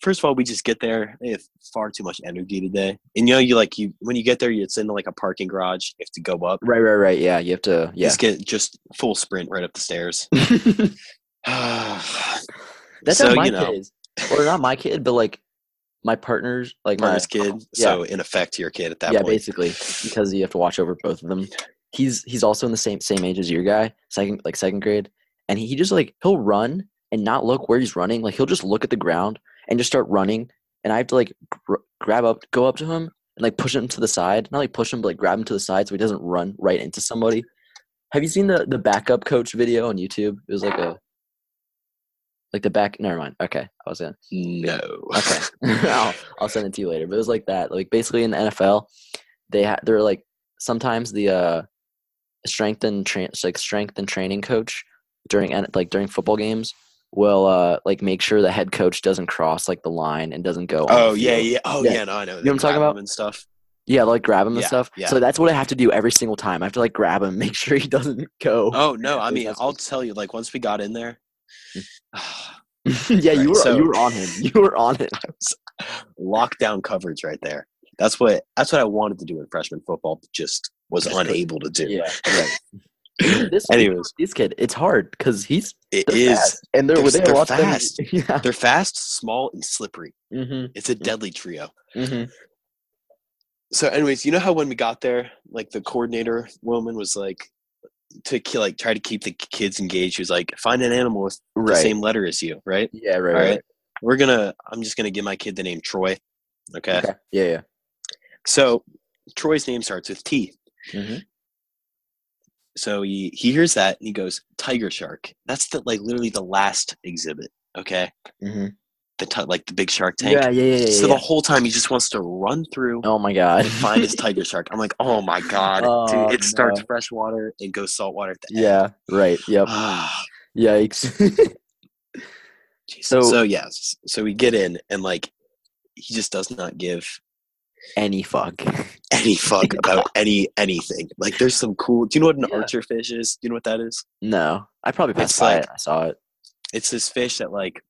[SPEAKER 2] first of all we just get there they have far too much energy today and you know you like you when you get there it's in like a parking garage you have to go up
[SPEAKER 1] right, right, right. Yeah, you have to. Yeah.
[SPEAKER 2] just get just full sprint right up the stairs
[SPEAKER 1] That's
[SPEAKER 2] so
[SPEAKER 1] how my
[SPEAKER 2] you know
[SPEAKER 1] kid is. Or not my kid, but like my partner's, like my
[SPEAKER 2] Barth's kid
[SPEAKER 1] yeah.
[SPEAKER 2] so in effect your kid at that
[SPEAKER 1] yeah,
[SPEAKER 2] point
[SPEAKER 1] basically, because you have to watch over both of them. He's he's also in the same same age as your guy, second like second grade, and he just like he'll run and not look where he's running. Like he'll just look at the ground and just start running, and I have to like gr- grab up, go up to him and like push him to the side, not like push him, but like grab him to the side so he doesn't run right into somebody. Have you seen the the backup coach video on YouTube? It was like a like the back. Never mind. Okay, I was in.
[SPEAKER 2] No.
[SPEAKER 1] Okay, I'll, I'll send it to you later. But it was like that. Like basically in the NFL, they ha- they're like sometimes the uh, strength and tra- like strength and training coach during N- like during football games will uh like make sure the head coach doesn't cross like the line and doesn't go. on
[SPEAKER 2] Oh
[SPEAKER 1] the
[SPEAKER 2] yeah,
[SPEAKER 1] field.
[SPEAKER 2] yeah. Oh
[SPEAKER 1] Yeah.
[SPEAKER 2] yeah, no, I know.
[SPEAKER 1] know what I'm
[SPEAKER 2] They
[SPEAKER 1] talking
[SPEAKER 2] grab 'em
[SPEAKER 1] about?
[SPEAKER 2] and stuff.
[SPEAKER 1] yeah, like grab him and
[SPEAKER 2] Yeah,
[SPEAKER 1] stuff.
[SPEAKER 2] yeah.
[SPEAKER 1] So that's what I have to do every single time. I have to like grab him, make sure he doesn't go.
[SPEAKER 2] Oh no, I
[SPEAKER 1] Those
[SPEAKER 2] mean,
[SPEAKER 1] aspects.
[SPEAKER 2] I'll tell you. Like once we got in there,
[SPEAKER 1] yeah,
[SPEAKER 2] right,
[SPEAKER 1] you were
[SPEAKER 2] so-
[SPEAKER 1] you were on him. You were on it.
[SPEAKER 2] lockdown coverage right there. That's what that's what I wanted to do in freshman football, but just was
[SPEAKER 1] Just couldn't.
[SPEAKER 2] unable to do.
[SPEAKER 1] right. this
[SPEAKER 2] Anyways,
[SPEAKER 1] this kid, it's hard because he's
[SPEAKER 2] it
[SPEAKER 1] they're
[SPEAKER 2] is.
[SPEAKER 1] fast, and they're
[SPEAKER 2] They're-
[SPEAKER 1] they're,
[SPEAKER 2] they're
[SPEAKER 1] a lot better than-
[SPEAKER 2] fast.
[SPEAKER 1] Yeah.
[SPEAKER 2] They're fast, small, and slippery.
[SPEAKER 1] Mm-hmm.
[SPEAKER 2] It's a
[SPEAKER 1] Mhm.
[SPEAKER 2] deadly trio.
[SPEAKER 1] Mm-hmm.
[SPEAKER 2] So, anyways, you know how when we got there, like the coordinator woman was like to ke- like try to keep the kids engaged. She was like, find an animal with the
[SPEAKER 1] Right.
[SPEAKER 2] same letter as you, right?
[SPEAKER 1] Yeah. Right.
[SPEAKER 2] All
[SPEAKER 1] Right.
[SPEAKER 2] right. We're gonna. I'm just gonna give my kid the name Troy. Okay.
[SPEAKER 1] Okay. Yeah. Yeah.
[SPEAKER 2] So Troy's name starts with T.
[SPEAKER 1] Mhm.
[SPEAKER 2] So he he hears that and he goes tiger shark. That's the like literally the last exhibit. Okay.
[SPEAKER 1] Mm-hmm.
[SPEAKER 2] The ti- like the big shark tank.
[SPEAKER 1] Yeah. Yeah. Yeah. yeah,
[SPEAKER 2] so
[SPEAKER 1] yeah.
[SPEAKER 2] the whole time he just wants to run through
[SPEAKER 1] oh my god.
[SPEAKER 2] and find his tiger shark. I'm like, oh my god,
[SPEAKER 1] Oh,
[SPEAKER 2] dude! It starts
[SPEAKER 1] no.
[SPEAKER 2] freshwater and goes saltwater at the end.
[SPEAKER 1] yeah. Right. Yep.
[SPEAKER 2] Ah,
[SPEAKER 1] Yikes.
[SPEAKER 2] Jesus.
[SPEAKER 1] So-
[SPEAKER 2] so yes, so we get in and like he just does not give
[SPEAKER 1] Any fuck.
[SPEAKER 2] any fuck about any anything. Like there's some cool. Do you know what an
[SPEAKER 1] Yeah.
[SPEAKER 2] archer fish is? Do you know what that is?
[SPEAKER 1] No. I probably passed
[SPEAKER 2] It's
[SPEAKER 1] by
[SPEAKER 2] like-
[SPEAKER 1] it. I saw it.
[SPEAKER 2] It's this fish that like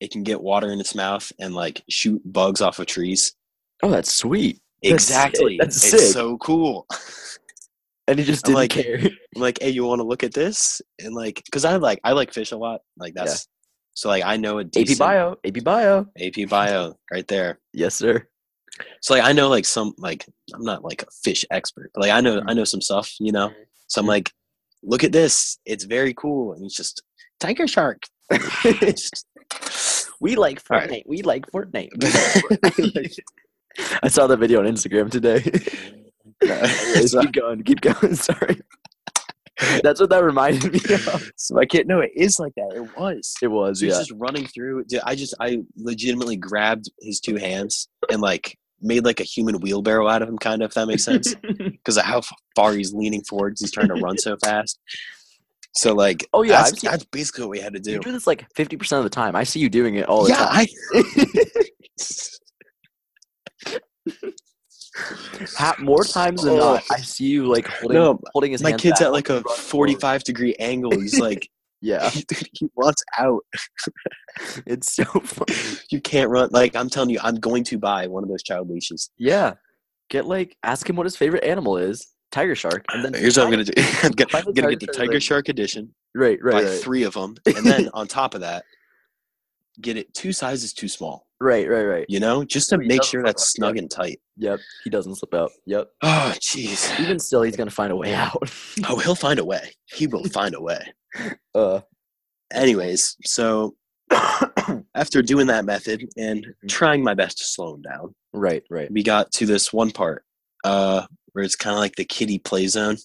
[SPEAKER 2] it can get water in its mouth and like shoot bugs off of trees.
[SPEAKER 1] Oh, that's sweet. That's sick.
[SPEAKER 2] exactly.
[SPEAKER 1] That's
[SPEAKER 2] it's
[SPEAKER 1] sick.
[SPEAKER 2] so cool.
[SPEAKER 1] And he just
[SPEAKER 2] I'm
[SPEAKER 1] didn't
[SPEAKER 2] like-
[SPEAKER 1] care.
[SPEAKER 2] I'm like, hey, you want to look at this? And like, cause I like I like fish a lot. Like
[SPEAKER 1] Yeah.
[SPEAKER 2] that's so like I know a
[SPEAKER 1] AP
[SPEAKER 2] decent
[SPEAKER 1] bio. AP bio.
[SPEAKER 2] AP bio right there.
[SPEAKER 1] Yes, sir.
[SPEAKER 2] So like I know like some like I'm not like a fish expert, but like I
[SPEAKER 1] Mm-hmm.
[SPEAKER 2] know I know some stuff, you know. So I'm like, look at this. It's very cool. And he's just tiger shark. Just-
[SPEAKER 1] We like
[SPEAKER 2] All right.
[SPEAKER 1] Fortnite. We like Fortnite. We like Fortnite. I saw that video on Instagram today. Anyways,
[SPEAKER 2] so,
[SPEAKER 1] keep going. Keep going. Sorry. That's what that reminded me of.
[SPEAKER 2] so I can't. No, it is like that. It was.
[SPEAKER 1] It was,
[SPEAKER 2] So he's
[SPEAKER 1] yeah.
[SPEAKER 2] just running through. Dude, I just I legitimately grabbed his two hands and like made like a human wheelbarrow out of him, kind of. If that makes sense, because of how f- far he's leaning forwards, he's trying to run so fast. So like,
[SPEAKER 1] Oh, yeah, I've
[SPEAKER 2] that's,
[SPEAKER 1] seen-
[SPEAKER 2] that's basically what we had to do.
[SPEAKER 1] you do this like 50% of the time. I see you doing it all the
[SPEAKER 2] yeah,
[SPEAKER 1] time.
[SPEAKER 2] I.
[SPEAKER 1] Ha- more times than
[SPEAKER 2] Oh.
[SPEAKER 1] not, I see you like holding,
[SPEAKER 2] No,
[SPEAKER 1] holding his
[SPEAKER 2] my
[SPEAKER 1] hands
[SPEAKER 2] kid's
[SPEAKER 1] back
[SPEAKER 2] at like a
[SPEAKER 1] while you run forward.
[SPEAKER 2] 45 degree angle. He's like,
[SPEAKER 1] Yeah,
[SPEAKER 2] he, he wants out.
[SPEAKER 1] it's so fun.
[SPEAKER 2] You can't run. Like I'm telling you, I'm going to buy one of those child leashes.
[SPEAKER 1] Yeah. Get like, ask him what his favorite animal is tiger shark. And then
[SPEAKER 2] Here's what I'm gonna do. I'm gonna,
[SPEAKER 1] Buy the
[SPEAKER 2] I'm gonna get
[SPEAKER 1] tiger
[SPEAKER 2] the
[SPEAKER 1] shark
[SPEAKER 2] tiger
[SPEAKER 1] later.
[SPEAKER 2] shark edition.
[SPEAKER 1] Right,
[SPEAKER 2] Buy
[SPEAKER 1] right, right.
[SPEAKER 2] three of them, and then on top of that, get it two sizes too small.
[SPEAKER 1] Right, right, right.
[SPEAKER 2] You know, just to
[SPEAKER 1] So he
[SPEAKER 2] make
[SPEAKER 1] doesn't
[SPEAKER 2] sure
[SPEAKER 1] fuck
[SPEAKER 2] that's
[SPEAKER 1] up,
[SPEAKER 2] snug
[SPEAKER 1] yeah.
[SPEAKER 2] and tight.
[SPEAKER 1] Yep. He doesn't slip out. Yep.
[SPEAKER 2] Oh, jeez.
[SPEAKER 1] Even still, he's going to find a way out.
[SPEAKER 2] Oh, he'll find a way. He will find a way.
[SPEAKER 1] Uh,
[SPEAKER 2] Anyways, so after doing that method and trying my best to slow him down,
[SPEAKER 1] right, right.
[SPEAKER 2] we got to this one part uh, where it's kind of like the kiddie play zone.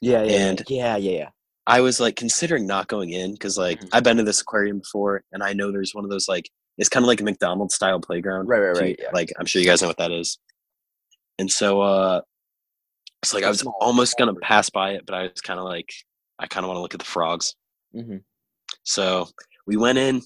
[SPEAKER 1] Yeah, yeah.
[SPEAKER 2] And-
[SPEAKER 1] yeah, yeah, yeah.
[SPEAKER 2] I was like considering not going in because like
[SPEAKER 1] Mhm.
[SPEAKER 2] I've been to this aquarium before, and I know there's one of those like it's kind of like a McDonald's style playground.
[SPEAKER 1] Right, right,
[SPEAKER 2] so you-
[SPEAKER 1] right, yeah.
[SPEAKER 2] Like I'm sure you guys know what that is. And so, uh, it's like I was almost gonna pass by it, but I was kind of like I kind of want to look at the frogs.
[SPEAKER 1] Mm-hmm.
[SPEAKER 2] So we went in,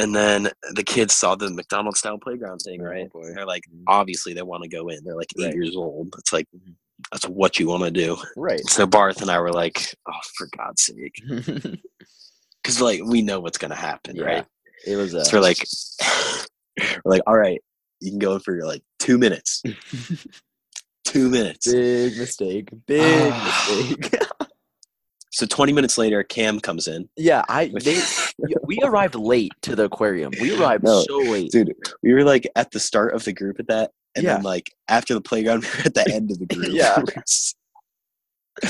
[SPEAKER 2] and then the kids saw the McDonald's style playground thing, right? And they're like,
[SPEAKER 1] Mhm.
[SPEAKER 2] obviously they want to go in. They're like eight
[SPEAKER 1] Oh, Right.
[SPEAKER 2] years old. It's like
[SPEAKER 1] Mhm.
[SPEAKER 2] that's what you want to do.
[SPEAKER 1] Right.
[SPEAKER 2] So Barth and I were like, oh, for God's sake,
[SPEAKER 1] it
[SPEAKER 2] because like we know what's gonna happen,
[SPEAKER 1] Yeah,
[SPEAKER 2] right?
[SPEAKER 1] was. Uh,
[SPEAKER 2] So we're like, we're like, all right, you can go in for like two minutes, two minutes.
[SPEAKER 1] big mistake. Big mistake.
[SPEAKER 2] So twenty minutes later, Cam comes in.
[SPEAKER 1] yeah, I.
[SPEAKER 2] with-
[SPEAKER 1] They, y- we arrived late to the aquarium. We arrived
[SPEAKER 2] No,
[SPEAKER 1] so late.
[SPEAKER 2] dude, we were like at the start of the group at that, and
[SPEAKER 1] Yeah.
[SPEAKER 2] then like after the playground, we were at the end of the group.
[SPEAKER 1] Yeah.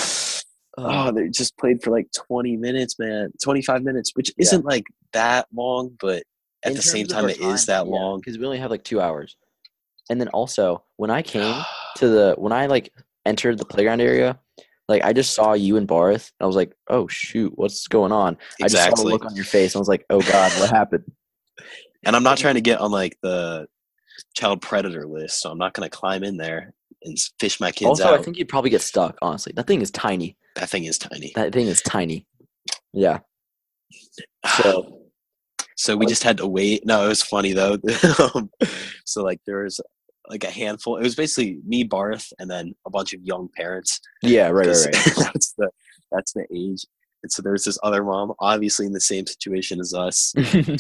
[SPEAKER 2] oh, they just played for like twenty minutes, man, twenty five minutes, which
[SPEAKER 1] Yeah.
[SPEAKER 2] isn't like that long, but at the same time, it is that long.
[SPEAKER 1] because we only have like two hours. And then also, when I came to the when I like entered the playground area, like I just saw you and Barth. And I was like, oh shoot, what's going on? I just saw the
[SPEAKER 2] Exactly.
[SPEAKER 1] look on your face. And I was like, oh god, what happened?
[SPEAKER 2] And I'm not trying to get on like the child predator list, so I'm not going to climb in there and s- fish my kids
[SPEAKER 1] also,
[SPEAKER 2] out.
[SPEAKER 1] I think you'd probably get stuck. Honestly, that thing is tiny.
[SPEAKER 2] that thing is tiny.
[SPEAKER 1] That thing is tiny. Yeah.
[SPEAKER 2] So, so we just had to wait. No, it was funny though. Um, so like there was like a handful. It was basically me, Barth, and then a bunch of young parents.
[SPEAKER 1] Yeah. Right. Right.
[SPEAKER 2] 'cause
[SPEAKER 1] Right.
[SPEAKER 2] that's the that's the age. And so there was this other mom, obviously in the same situation as us.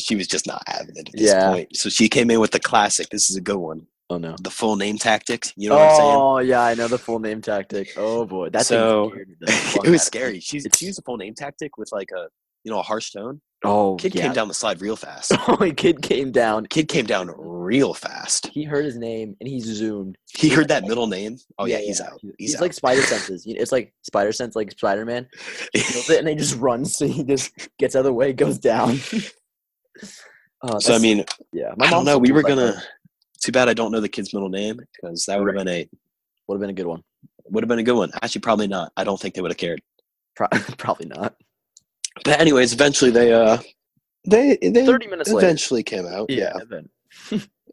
[SPEAKER 2] She was just not having it at this
[SPEAKER 1] Yeah.
[SPEAKER 2] point. So she came in with the classic. This is a good one.
[SPEAKER 1] oh no.
[SPEAKER 2] The full name tactics. You know what I'm saying?
[SPEAKER 1] oh yeah, I know the full name tactic. Oh boy, that thing
[SPEAKER 2] So,
[SPEAKER 1] scared me the fuck
[SPEAKER 2] it
[SPEAKER 1] out of me.
[SPEAKER 2] was scary. She's, she used a full name tactic with like a you know a harsh tone.
[SPEAKER 1] Oh,
[SPEAKER 2] Kid
[SPEAKER 1] yeah.
[SPEAKER 2] came down the slide real fast.
[SPEAKER 1] Oh, kid came down.
[SPEAKER 2] Kid came down real fast.
[SPEAKER 1] He heard his name and he zoomed.
[SPEAKER 2] He heard that middle name. Oh yeah, he's out.
[SPEAKER 1] He's,
[SPEAKER 2] He's, out.
[SPEAKER 1] like spider senses. You- It's like spider sense, like Spider Man. it and he just runs. So he just gets out of the way, goes down. Uh,
[SPEAKER 2] so I
[SPEAKER 1] that's-
[SPEAKER 2] mean,
[SPEAKER 1] yeah,
[SPEAKER 2] I don't know.
[SPEAKER 1] still
[SPEAKER 2] We were
[SPEAKER 1] goes like
[SPEAKER 2] gonna. Too bad I don't know the kid's middle name because that would have been a
[SPEAKER 1] that. Would have been a good one.
[SPEAKER 2] would have been a good one. Actually, probably not. I don't think they would have cared.
[SPEAKER 1] Pro- probably not.
[SPEAKER 2] But anyways, eventually they uh they they
[SPEAKER 1] Thirty minutes later.
[SPEAKER 2] eventually came out.
[SPEAKER 1] then-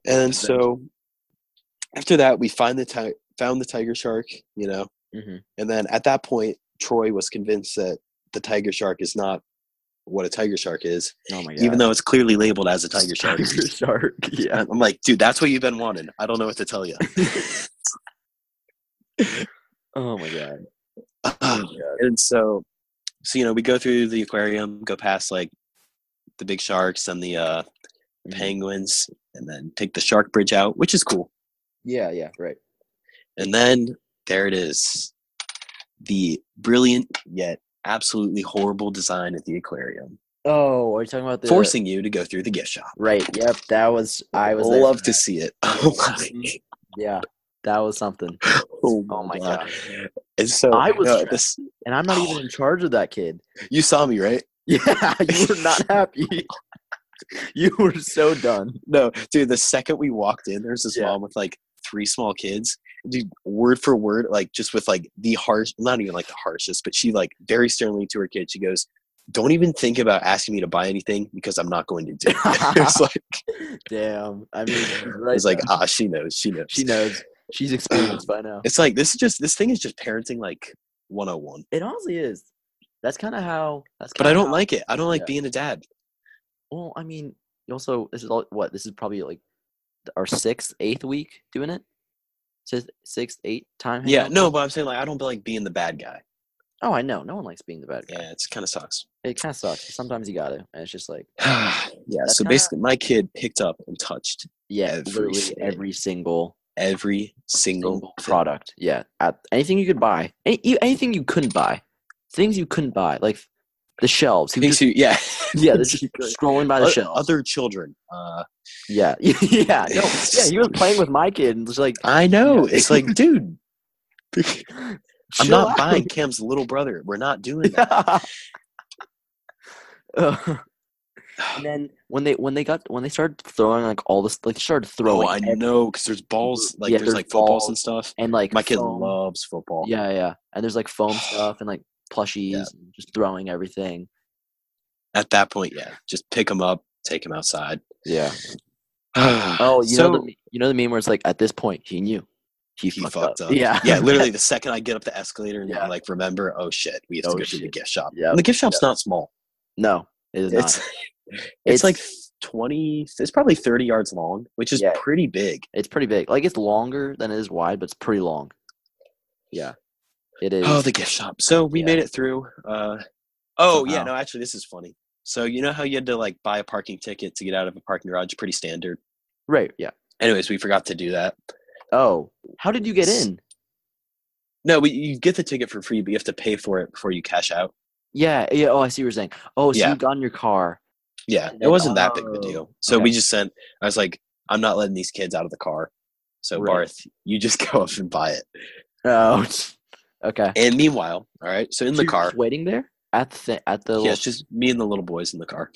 [SPEAKER 2] and so after that we find the ti- found the tiger shark. You know,
[SPEAKER 1] Mhm.
[SPEAKER 2] And then at that point, Troy was convinced that the tiger shark is not what a tiger shark is,
[SPEAKER 1] Oh my god.
[SPEAKER 2] even though it's clearly labeled as a tiger shark.
[SPEAKER 1] Tiger shark. Yeah.
[SPEAKER 2] I'm like, dude, that's what you've been wanting. I don't know what to tell you.
[SPEAKER 1] Oh my god.
[SPEAKER 2] and so, so you know, we go through the aquarium, go past like the big sharks and the uh,
[SPEAKER 1] Mhm.
[SPEAKER 2] penguins, and then take the shark bridge out, which is cool.
[SPEAKER 1] Yeah. Yeah. Right.
[SPEAKER 2] And then there it is, the brilliant yet absolutely horrible design at the aquarium,
[SPEAKER 1] Oh, are you talking about the
[SPEAKER 2] forcing you to go through the gift shop.
[SPEAKER 1] Right. Yep. That was. I was. there
[SPEAKER 2] love
[SPEAKER 1] for
[SPEAKER 2] to
[SPEAKER 1] that.
[SPEAKER 2] see it. Oh my,
[SPEAKER 1] Yeah. That was something.
[SPEAKER 2] oh
[SPEAKER 1] Oh my
[SPEAKER 2] God. Oh.
[SPEAKER 1] god.
[SPEAKER 2] And so
[SPEAKER 1] I was
[SPEAKER 2] no,
[SPEAKER 1] stressed. And I'm not even in charge of that kid.
[SPEAKER 2] this- you saw me, right?
[SPEAKER 1] Yeah, you were not happy. you were so done.
[SPEAKER 2] No, dude. The second we walked in, there's this
[SPEAKER 1] Yeah.
[SPEAKER 2] mom with like three small kids. Dude, word for word, like just with like the harsh, not even like the harshest, but she like very sternly to her kid. She goes, "Don't even think about asking me to buy anything because I'm not going to do it." it's like,
[SPEAKER 1] Damn. I mean, she's right.
[SPEAKER 2] it's like
[SPEAKER 1] though.
[SPEAKER 2] ah, she knows, she knows.
[SPEAKER 1] she knows. She's experienced by now.
[SPEAKER 2] It's like this is just this thing is just parenting like 101.
[SPEAKER 1] It honestly is. That's kind of how. That's.
[SPEAKER 2] But I
[SPEAKER 1] kinda
[SPEAKER 2] don't
[SPEAKER 1] how-
[SPEAKER 2] like it. I don't like
[SPEAKER 1] Uh-huh. Yeah.
[SPEAKER 2] being a dad.
[SPEAKER 1] Well, I mean, you also this is all what this is probably like th- our sixth, eighth week doing it. Sixth, sixth, eighth time.
[SPEAKER 2] Yeah,
[SPEAKER 1] hangout?
[SPEAKER 2] no, but I'm saying like I don't like being the bad guy.
[SPEAKER 1] Oh, I know. No one likes being the bad guy.
[SPEAKER 2] Yeah, it's kind of sucks.
[SPEAKER 1] It kind of sucks. but Sometimes you gotta, and it's just like
[SPEAKER 2] yeah.
[SPEAKER 1] That's
[SPEAKER 2] so
[SPEAKER 1] kinda-
[SPEAKER 2] basically, my kid picked up and touched
[SPEAKER 1] yeah,
[SPEAKER 2] Every
[SPEAKER 1] literally
[SPEAKER 2] single-
[SPEAKER 1] every single
[SPEAKER 2] every single
[SPEAKER 1] single
[SPEAKER 2] product.
[SPEAKER 1] product. Yeah, at, anything you could buy, any, you- anything you couldn't buy, things you couldn't buy, like the shelves. He
[SPEAKER 2] Things
[SPEAKER 1] just,
[SPEAKER 2] you, yeah,
[SPEAKER 1] yeah, they're just scrolling by the
[SPEAKER 2] O-
[SPEAKER 1] shelves.
[SPEAKER 2] other children. Uh,
[SPEAKER 1] yeah, yeah, no, yeah. He was playing with my kid and was like,
[SPEAKER 2] I know.
[SPEAKER 1] Yeah.
[SPEAKER 2] It's like, dude, I'm
[SPEAKER 1] "Chill
[SPEAKER 2] not
[SPEAKER 1] out."
[SPEAKER 2] buying Cam's little brother. We're not doing that.
[SPEAKER 1] Yeah. Ugh. and then when they when they got when they started throwing like all this like they started throwing
[SPEAKER 2] oh, I
[SPEAKER 1] every-
[SPEAKER 2] know because there's balls, like
[SPEAKER 1] Yeah,
[SPEAKER 2] there's,
[SPEAKER 1] there's
[SPEAKER 2] like footballs and
[SPEAKER 1] balls.
[SPEAKER 2] stuff.
[SPEAKER 1] and like
[SPEAKER 2] My kid
[SPEAKER 1] foam.
[SPEAKER 2] loves football.
[SPEAKER 1] yeah yeah and there's like foam stuff and like plushies, and just throwing everything.
[SPEAKER 2] At that point, yeah, just pick him up, take him outside.
[SPEAKER 1] Yeah.
[SPEAKER 2] oh,
[SPEAKER 1] Oh, you know the me- you know the meme where it's like at this point he knew he,
[SPEAKER 2] He
[SPEAKER 1] fucked,
[SPEAKER 2] fucked
[SPEAKER 1] up.
[SPEAKER 2] up.
[SPEAKER 1] Yeah.
[SPEAKER 2] yeah, literally the second I get up the escalator and
[SPEAKER 1] Yeah.
[SPEAKER 2] I like remember, oh shit, we have to
[SPEAKER 1] Oh,
[SPEAKER 2] go to the
[SPEAKER 1] shit.
[SPEAKER 2] gift shop.
[SPEAKER 1] Yeah.
[SPEAKER 2] And the gift shop's not small.
[SPEAKER 1] no, it is
[SPEAKER 2] It's,
[SPEAKER 1] not.
[SPEAKER 2] it's
[SPEAKER 1] It's-
[SPEAKER 2] like twenty. It's probably thirty yards long, which is
[SPEAKER 1] Yeah.
[SPEAKER 2] pretty big.
[SPEAKER 1] It's pretty big. Like it's longer than it is wide, but it's pretty long. Yeah. It is.
[SPEAKER 2] Oh, the gift shop. So we
[SPEAKER 1] Yeah.
[SPEAKER 2] made it through. Uh, oh yeah,
[SPEAKER 1] Somehow.
[SPEAKER 2] no, actually, this is funny. So you know how you had to like buy a parking ticket to get out of a parking garage? Pretty standard.
[SPEAKER 1] right. Yeah.
[SPEAKER 2] Anyways, we forgot to do that.
[SPEAKER 1] Oh, how did you get
[SPEAKER 2] S-
[SPEAKER 1] in?
[SPEAKER 2] No, we, you get the ticket for free, but you have to pay for it before you cash out.
[SPEAKER 1] Yeah. Yeah. Oh, I see what you're saying. Oh, so
[SPEAKER 2] Yeah.
[SPEAKER 1] you got in your car.
[SPEAKER 2] Yeah,
[SPEAKER 1] And
[SPEAKER 2] it
[SPEAKER 1] then-
[SPEAKER 2] wasn't that big of a
[SPEAKER 1] oh,
[SPEAKER 2] deal. So we just sent. I was like, I'm not letting these kids out of the car. So
[SPEAKER 1] Right.
[SPEAKER 2] Barth, you just go up and buy it.
[SPEAKER 1] Oh. okay.
[SPEAKER 2] And meanwhile, all right. So in
[SPEAKER 1] So
[SPEAKER 2] the
[SPEAKER 1] you're
[SPEAKER 2] car,
[SPEAKER 1] just waiting there at the thi- at the
[SPEAKER 2] yeah,
[SPEAKER 1] little
[SPEAKER 2] it's just me and the little boys in the car.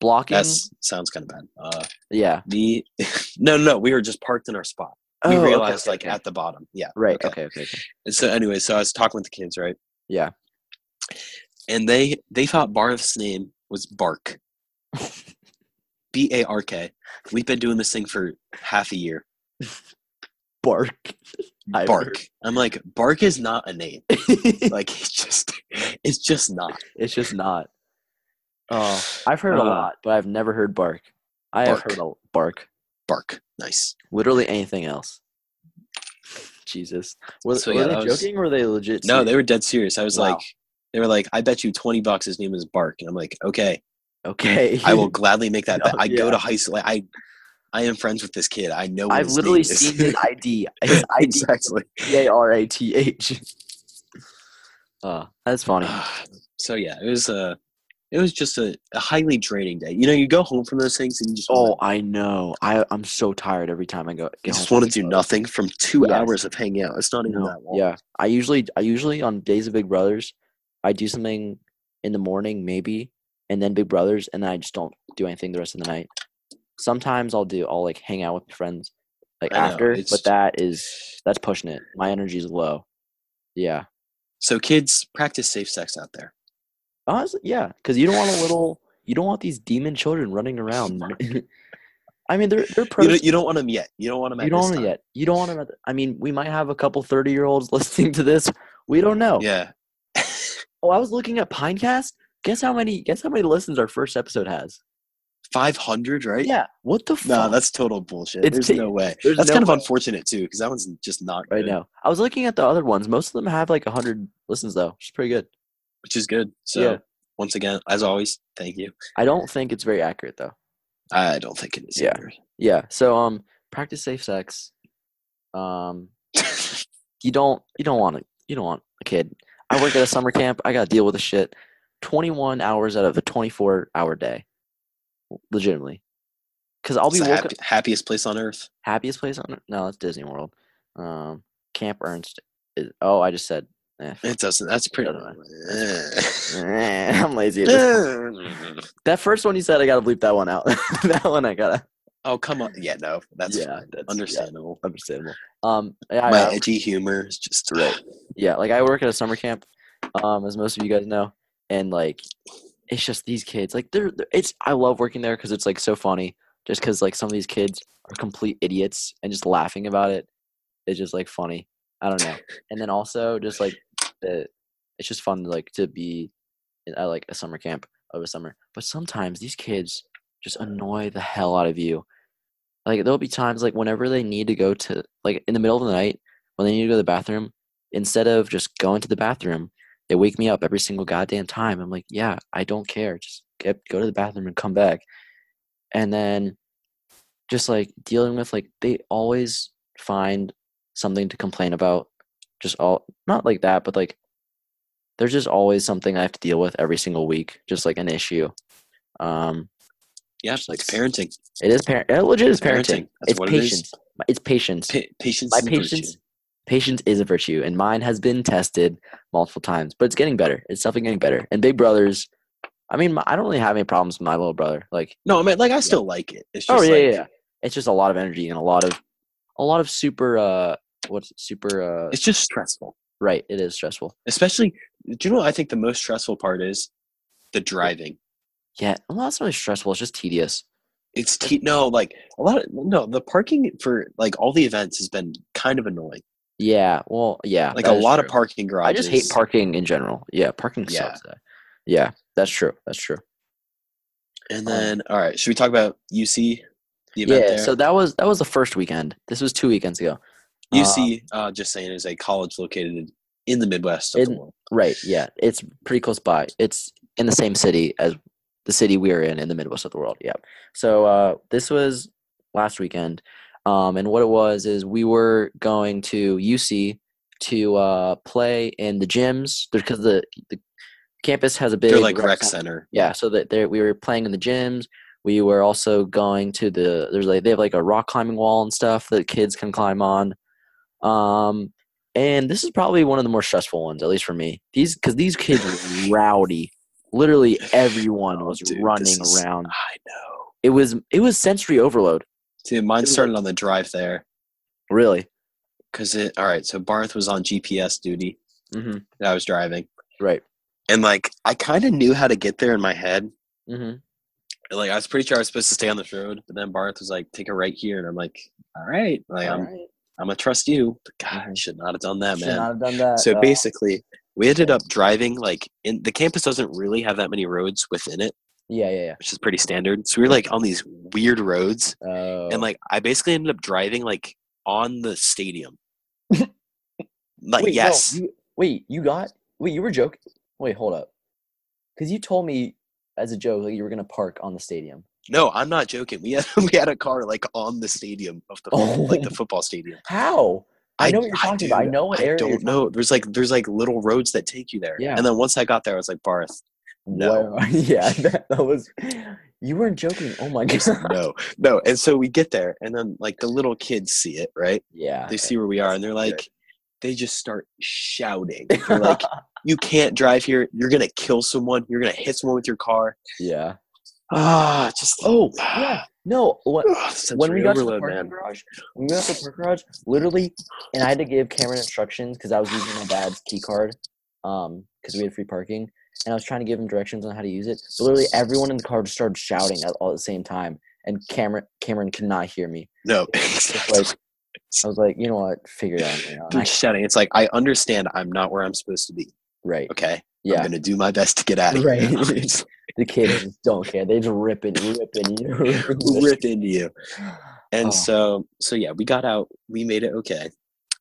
[SPEAKER 1] blocking.
[SPEAKER 2] That sounds kind of bad. Uh,
[SPEAKER 1] yeah.
[SPEAKER 2] the no, no, we were just parked in our spot.
[SPEAKER 1] Oh,
[SPEAKER 2] we
[SPEAKER 1] okay,
[SPEAKER 2] realized
[SPEAKER 1] okay,
[SPEAKER 2] like
[SPEAKER 1] okay.
[SPEAKER 2] at the bottom. Yeah.
[SPEAKER 1] right.
[SPEAKER 2] okay.
[SPEAKER 1] Okay. Okay. okay.
[SPEAKER 2] And so anyway, so I was talking with the kids, right?
[SPEAKER 1] Yeah.
[SPEAKER 2] And they they thought Barth's name was Bark. B A R K. We've been doing this thing for half a year.
[SPEAKER 1] Bark. I've
[SPEAKER 2] Bark. I'm like, Bark is not a name.
[SPEAKER 1] heard.
[SPEAKER 2] Like it's just it's just not.
[SPEAKER 1] it's just not. Oh, I've heard
[SPEAKER 2] Uh,
[SPEAKER 1] a lot, but I've never heard bark. I have
[SPEAKER 2] bark.
[SPEAKER 1] heard a bark.
[SPEAKER 2] Bark. Nice.
[SPEAKER 1] Literally anything else. Jesus. Were,
[SPEAKER 2] So,
[SPEAKER 1] were
[SPEAKER 2] yeah,
[SPEAKER 1] they
[SPEAKER 2] that
[SPEAKER 1] joking
[SPEAKER 2] was-
[SPEAKER 1] or were they legit?
[SPEAKER 2] No, they
[SPEAKER 1] serious?
[SPEAKER 2] were dead serious. I was
[SPEAKER 1] Wow.
[SPEAKER 2] like they were like, I bet you twenty bucks his name is Bark. And I'm like, okay.
[SPEAKER 1] Okay.
[SPEAKER 2] I will gladly make that bet. I go
[SPEAKER 1] Yeah.
[SPEAKER 2] to high school. like, I I am friends with this kid. I know. what
[SPEAKER 1] I've
[SPEAKER 2] his
[SPEAKER 1] literally
[SPEAKER 2] name is.
[SPEAKER 1] seen his ID. His ID is
[SPEAKER 2] exactly.
[SPEAKER 1] B A R A T H. Uh, that's funny.
[SPEAKER 2] So yeah, it was uh it was just a, a highly draining day. You know, you go home from those things and you just
[SPEAKER 1] Oh,
[SPEAKER 2] wanna,
[SPEAKER 1] I know. I I'm so tired every time I go.
[SPEAKER 2] you
[SPEAKER 1] get
[SPEAKER 2] just
[SPEAKER 1] home
[SPEAKER 2] want
[SPEAKER 1] from
[SPEAKER 2] to do
[SPEAKER 1] work.
[SPEAKER 2] nothing from two
[SPEAKER 1] Yes.
[SPEAKER 2] hours of hanging out. It's not even
[SPEAKER 1] No,
[SPEAKER 2] that long.
[SPEAKER 1] Yeah, I usually I usually on days of Big Brothers, I do something in the morning maybe, and then Big Brothers, and then I just don't do anything the rest of the night. Sometimes I'll do I'll like hang out with friends like
[SPEAKER 2] I know,
[SPEAKER 1] after,
[SPEAKER 2] it's-
[SPEAKER 1] but that is that's pushing it. My energy's low. Yeah,
[SPEAKER 2] So kids, practice safe sex out there.
[SPEAKER 1] honestly, yeah, because you don't want a little you don't want these demon children running around. I mean, they're they're
[SPEAKER 2] You
[SPEAKER 1] pros.
[SPEAKER 2] don't, you don't want them yet. You don't want them.
[SPEAKER 1] You don't want
[SPEAKER 2] them
[SPEAKER 1] them yet. You don't want them. At the, I mean, we might have a couple thirty-year-olds listening to this. We don't know.
[SPEAKER 2] Yeah.
[SPEAKER 1] Oh, I was looking at Pinecast. Guess how many? Guess how many listens our first episode has?
[SPEAKER 2] Five hundred, right?
[SPEAKER 1] Yeah. What the fuck?
[SPEAKER 2] No, that's total bullshit.
[SPEAKER 1] It's
[SPEAKER 2] There's
[SPEAKER 1] ta-
[SPEAKER 2] no way.
[SPEAKER 1] there's
[SPEAKER 2] that's
[SPEAKER 1] no
[SPEAKER 2] kind of
[SPEAKER 1] way.
[SPEAKER 2] unfortunate too, because that one's just not
[SPEAKER 1] right
[SPEAKER 2] good,
[SPEAKER 1] now. I was looking at the other ones. Most of them have like hundred listens though, which is pretty good.
[SPEAKER 2] which is good. So
[SPEAKER 1] Yeah.
[SPEAKER 2] once again, as always, thank you.
[SPEAKER 1] I don't think it's very accurate though.
[SPEAKER 2] I don't think it is.
[SPEAKER 1] Yeah.
[SPEAKER 2] either.
[SPEAKER 1] Yeah. So um, practice safe sex. Um, you don't you don't want it. You don't want a kid. I work at a summer camp. I got to deal with the shit. Twenty-one hours out of a twenty-four hour day, legitimately. Because I'll
[SPEAKER 2] It's
[SPEAKER 1] be
[SPEAKER 2] the
[SPEAKER 1] woke
[SPEAKER 2] happy- happiest place on earth.
[SPEAKER 1] happiest place on earth? No, it's Disney World. Um, Camp Ernst is. Oh, I just said. eh, fuck.
[SPEAKER 2] It doesn't. That's pretty.
[SPEAKER 1] Doesn't Eh, I'm lazy. At this point.
[SPEAKER 2] Eh.
[SPEAKER 1] That first one you said, I gotta bleep that one out. that one I gotta.
[SPEAKER 2] oh come on. Yeah, no, that's
[SPEAKER 1] yeah,
[SPEAKER 2] fine.
[SPEAKER 1] that's yeah,
[SPEAKER 2] understandable.
[SPEAKER 1] understandable. Um, yeah, I-
[SPEAKER 2] My
[SPEAKER 1] I-
[SPEAKER 2] edgy humor is just
[SPEAKER 1] Right. yeah, like I work at a summer camp, um, as most of you guys know, and like, it's just these kids. Like they're, they're- it's. I love working there because it's like so funny. Just because like some of these kids are complete idiots and just laughing about it, it's just like funny. I don't know. And then also just like the, it's just fun like to be, in- at like a summer camp over summer. But sometimes these kids just annoy the hell out of you. Like there'll be times like whenever they need to go to like in the middle of the night when they need to go to the bathroom, instead of just going to the bathroom, they wake me up every single goddamn time. I'm like, yeah, I don't care. Just get, go to the bathroom and come back. And then just like dealing with like they always find something to complain about. Just all not like that, but like there's just always something I have to deal with every single week, just like an issue. Um,
[SPEAKER 2] yeah,
[SPEAKER 1] Just like
[SPEAKER 2] like parenting.
[SPEAKER 1] it is parent. It legit is
[SPEAKER 2] Parenting,
[SPEAKER 1] parenting.
[SPEAKER 2] that's
[SPEAKER 1] It's
[SPEAKER 2] what it is.
[SPEAKER 1] patience. It's patience.
[SPEAKER 2] Pa- patience.
[SPEAKER 1] My
[SPEAKER 2] is a virtue.
[SPEAKER 1] patience, patience is a virtue, and mine has been tested multiple times, but it's getting better. It's definitely getting better. And Big Brother's, I mean, my, I don't really have any problems with my little brother. Like,
[SPEAKER 2] No, I mean, like I still like it. It's just
[SPEAKER 1] oh yeah,
[SPEAKER 2] like,
[SPEAKER 1] yeah, yeah. It's just a lot of energy and a lot of, a lot of super. uh What's it, super? uh
[SPEAKER 2] It's just stressful.
[SPEAKER 1] Right. It is stressful.
[SPEAKER 2] Especially, do you know what I think the most stressful part is? The driving.
[SPEAKER 1] Yeah. Well, that's not really stressful. It's just tedious.
[SPEAKER 2] It's te- no like a lot of no. The parking for like all the events has been kind of annoying.
[SPEAKER 1] Yeah. Well, yeah.
[SPEAKER 2] Like
[SPEAKER 1] that
[SPEAKER 2] a
[SPEAKER 1] is
[SPEAKER 2] lot
[SPEAKER 1] true.
[SPEAKER 2] of parking garages.
[SPEAKER 1] I just hate parking in general. Yeah. Parking
[SPEAKER 2] Yeah.
[SPEAKER 1] sucks. Yeah. That's true. That's true.
[SPEAKER 2] And then all right, should we talk about UC? The event
[SPEAKER 1] yeah.
[SPEAKER 2] there?
[SPEAKER 1] So that was that was the firfirst weekend. This was two weekends ago.
[SPEAKER 2] UC, uh, just saying, is a college located in the Midwest of
[SPEAKER 1] In-
[SPEAKER 2] the world.
[SPEAKER 1] Right. Yeah. It's pretty close by. It's in the same city as the city we're in in the Midwest of the world. Yeah. So uh, this was last weekend, um, and what it was is we were going to UC to uh, play in the gyms because the the campus has a big
[SPEAKER 2] They're like
[SPEAKER 1] rec
[SPEAKER 2] rec
[SPEAKER 1] center.
[SPEAKER 2] center.
[SPEAKER 1] Yeah, so that there we were playing in the gyms. We were also going to the there's like they have like a rock climbing wall and stuff that kids can climb on. Um, and this is probably one of the more stressful ones, at least for me. These because these kids were rowdy. Literally everyone
[SPEAKER 2] Oh,
[SPEAKER 1] was
[SPEAKER 2] dude, this
[SPEAKER 1] running
[SPEAKER 2] is-
[SPEAKER 1] around.
[SPEAKER 2] I know.
[SPEAKER 1] It was it was sensory overload.
[SPEAKER 2] See, mine started on the drive there
[SPEAKER 1] Really.
[SPEAKER 2] because it. All right, so Barth was on GPS duty
[SPEAKER 1] Mm-hmm.
[SPEAKER 2] that I was driving,
[SPEAKER 1] Right.
[SPEAKER 2] and like I kind of knew how to get there in my head.
[SPEAKER 1] Mm-hmm.
[SPEAKER 2] Like I was pretty sure I was supposed to stay on this road, but then Barth was like, "Take a right here," and I'm like, "All right, like I'm, I'm gonna trust you." But God, I
[SPEAKER 1] Mhm.
[SPEAKER 2] should not have done that,
[SPEAKER 1] Should
[SPEAKER 2] man.
[SPEAKER 1] not have done that.
[SPEAKER 2] So
[SPEAKER 1] Uh,
[SPEAKER 2] basically, we ended up driving like in the campus doesn't really have that many roads within it,
[SPEAKER 1] yeah, yeah,
[SPEAKER 2] which is pretty standard. So we were like on these weird roads,
[SPEAKER 1] yeah. Oh.
[SPEAKER 2] and like I basically ended up driving like on the stadium. like
[SPEAKER 1] wait, no,
[SPEAKER 2] yes,
[SPEAKER 1] you, wait, you got? Wait, you were joking? Wait, hold up. Because you told me as a joke that you were gonna park on the stadium.
[SPEAKER 2] no, I'm not joking. We had we had a car like on the stadium of the like the football stadium.
[SPEAKER 1] How? Oh. I know what you're talking about. I
[SPEAKER 2] dude,
[SPEAKER 1] know what area
[SPEAKER 2] I
[SPEAKER 1] you're
[SPEAKER 2] don't know. There's like there's like little roads that take you there.
[SPEAKER 1] Yeah.
[SPEAKER 2] And then once I got there, I was like, Barth, No.
[SPEAKER 1] Wow. yeah, that, that was. You weren't joking. Oh my god.
[SPEAKER 2] no, no. And so we get there, and then like the little kids see it, right?
[SPEAKER 1] Yeah.
[SPEAKER 2] they see where we are and they're
[SPEAKER 1] good.
[SPEAKER 2] like they just start shouting they're like you can't drive here you're gonna kill someone you're gonna hit someone with your car
[SPEAKER 1] yeah.
[SPEAKER 2] ah just Ah,
[SPEAKER 1] Oh yeah. No. What? when we got to the parking garage, when we got to the parking garage, literally, and I had to give Cameron instructions because I was using my dad's key card, um, because we had free parking, and I was trying to give him directions on how to use it. But literally, everyone in the car just started shouting at all at the same time, and Cameron Cameron could not hear me.
[SPEAKER 2] no
[SPEAKER 1] Just
[SPEAKER 2] exactly.
[SPEAKER 1] Like, I was like, you know what, figure it out. man."
[SPEAKER 2] they're
[SPEAKER 1] I-
[SPEAKER 2] shouting it's like i understand i'm not where i'm supposed to be
[SPEAKER 1] right?
[SPEAKER 2] okay i'm
[SPEAKER 1] Yeah.
[SPEAKER 2] gonna do my best to get out of here
[SPEAKER 1] Right.
[SPEAKER 2] It's
[SPEAKER 1] The kids just don't care. They just rip it, rip it, you know, rip it.
[SPEAKER 2] rip into you and
[SPEAKER 1] Oh.
[SPEAKER 2] so so yeah we got out we made it okay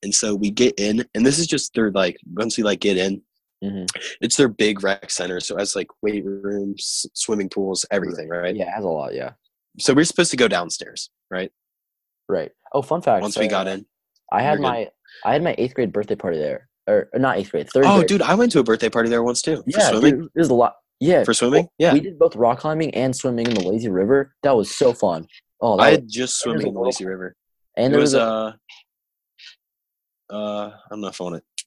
[SPEAKER 2] and so we get in and this is just their like once we like get in
[SPEAKER 1] Mhm.
[SPEAKER 2] it's their big rec center so it has like weight rooms swimming pools everything right
[SPEAKER 1] Yeah, it has a lot. Yeah.
[SPEAKER 2] so we are supposed to go downstairs right
[SPEAKER 1] Right. Oh, fun fact.
[SPEAKER 2] once we
[SPEAKER 1] so
[SPEAKER 2] got in
[SPEAKER 1] I had
[SPEAKER 2] you're good.
[SPEAKER 1] my I had my eighth grade birthday party there, or, or not eighth grade, third.
[SPEAKER 2] oh
[SPEAKER 1] grade.
[SPEAKER 2] dude i went to a birthday party there once too
[SPEAKER 1] Yeah,
[SPEAKER 2] for swimming
[SPEAKER 1] dude, there's a lot. Yeah,
[SPEAKER 2] for swimming
[SPEAKER 1] Well,
[SPEAKER 2] yeah
[SPEAKER 1] we did both rock climbing and swimming in the lazy river. That was so fun. Oh, that
[SPEAKER 2] i
[SPEAKER 1] was,
[SPEAKER 2] had just
[SPEAKER 1] there was
[SPEAKER 2] swimming
[SPEAKER 1] a
[SPEAKER 2] in the
[SPEAKER 1] little-
[SPEAKER 2] lazy river
[SPEAKER 1] and
[SPEAKER 2] it
[SPEAKER 1] there
[SPEAKER 2] was
[SPEAKER 1] was, a,
[SPEAKER 2] uh uh i'm not want to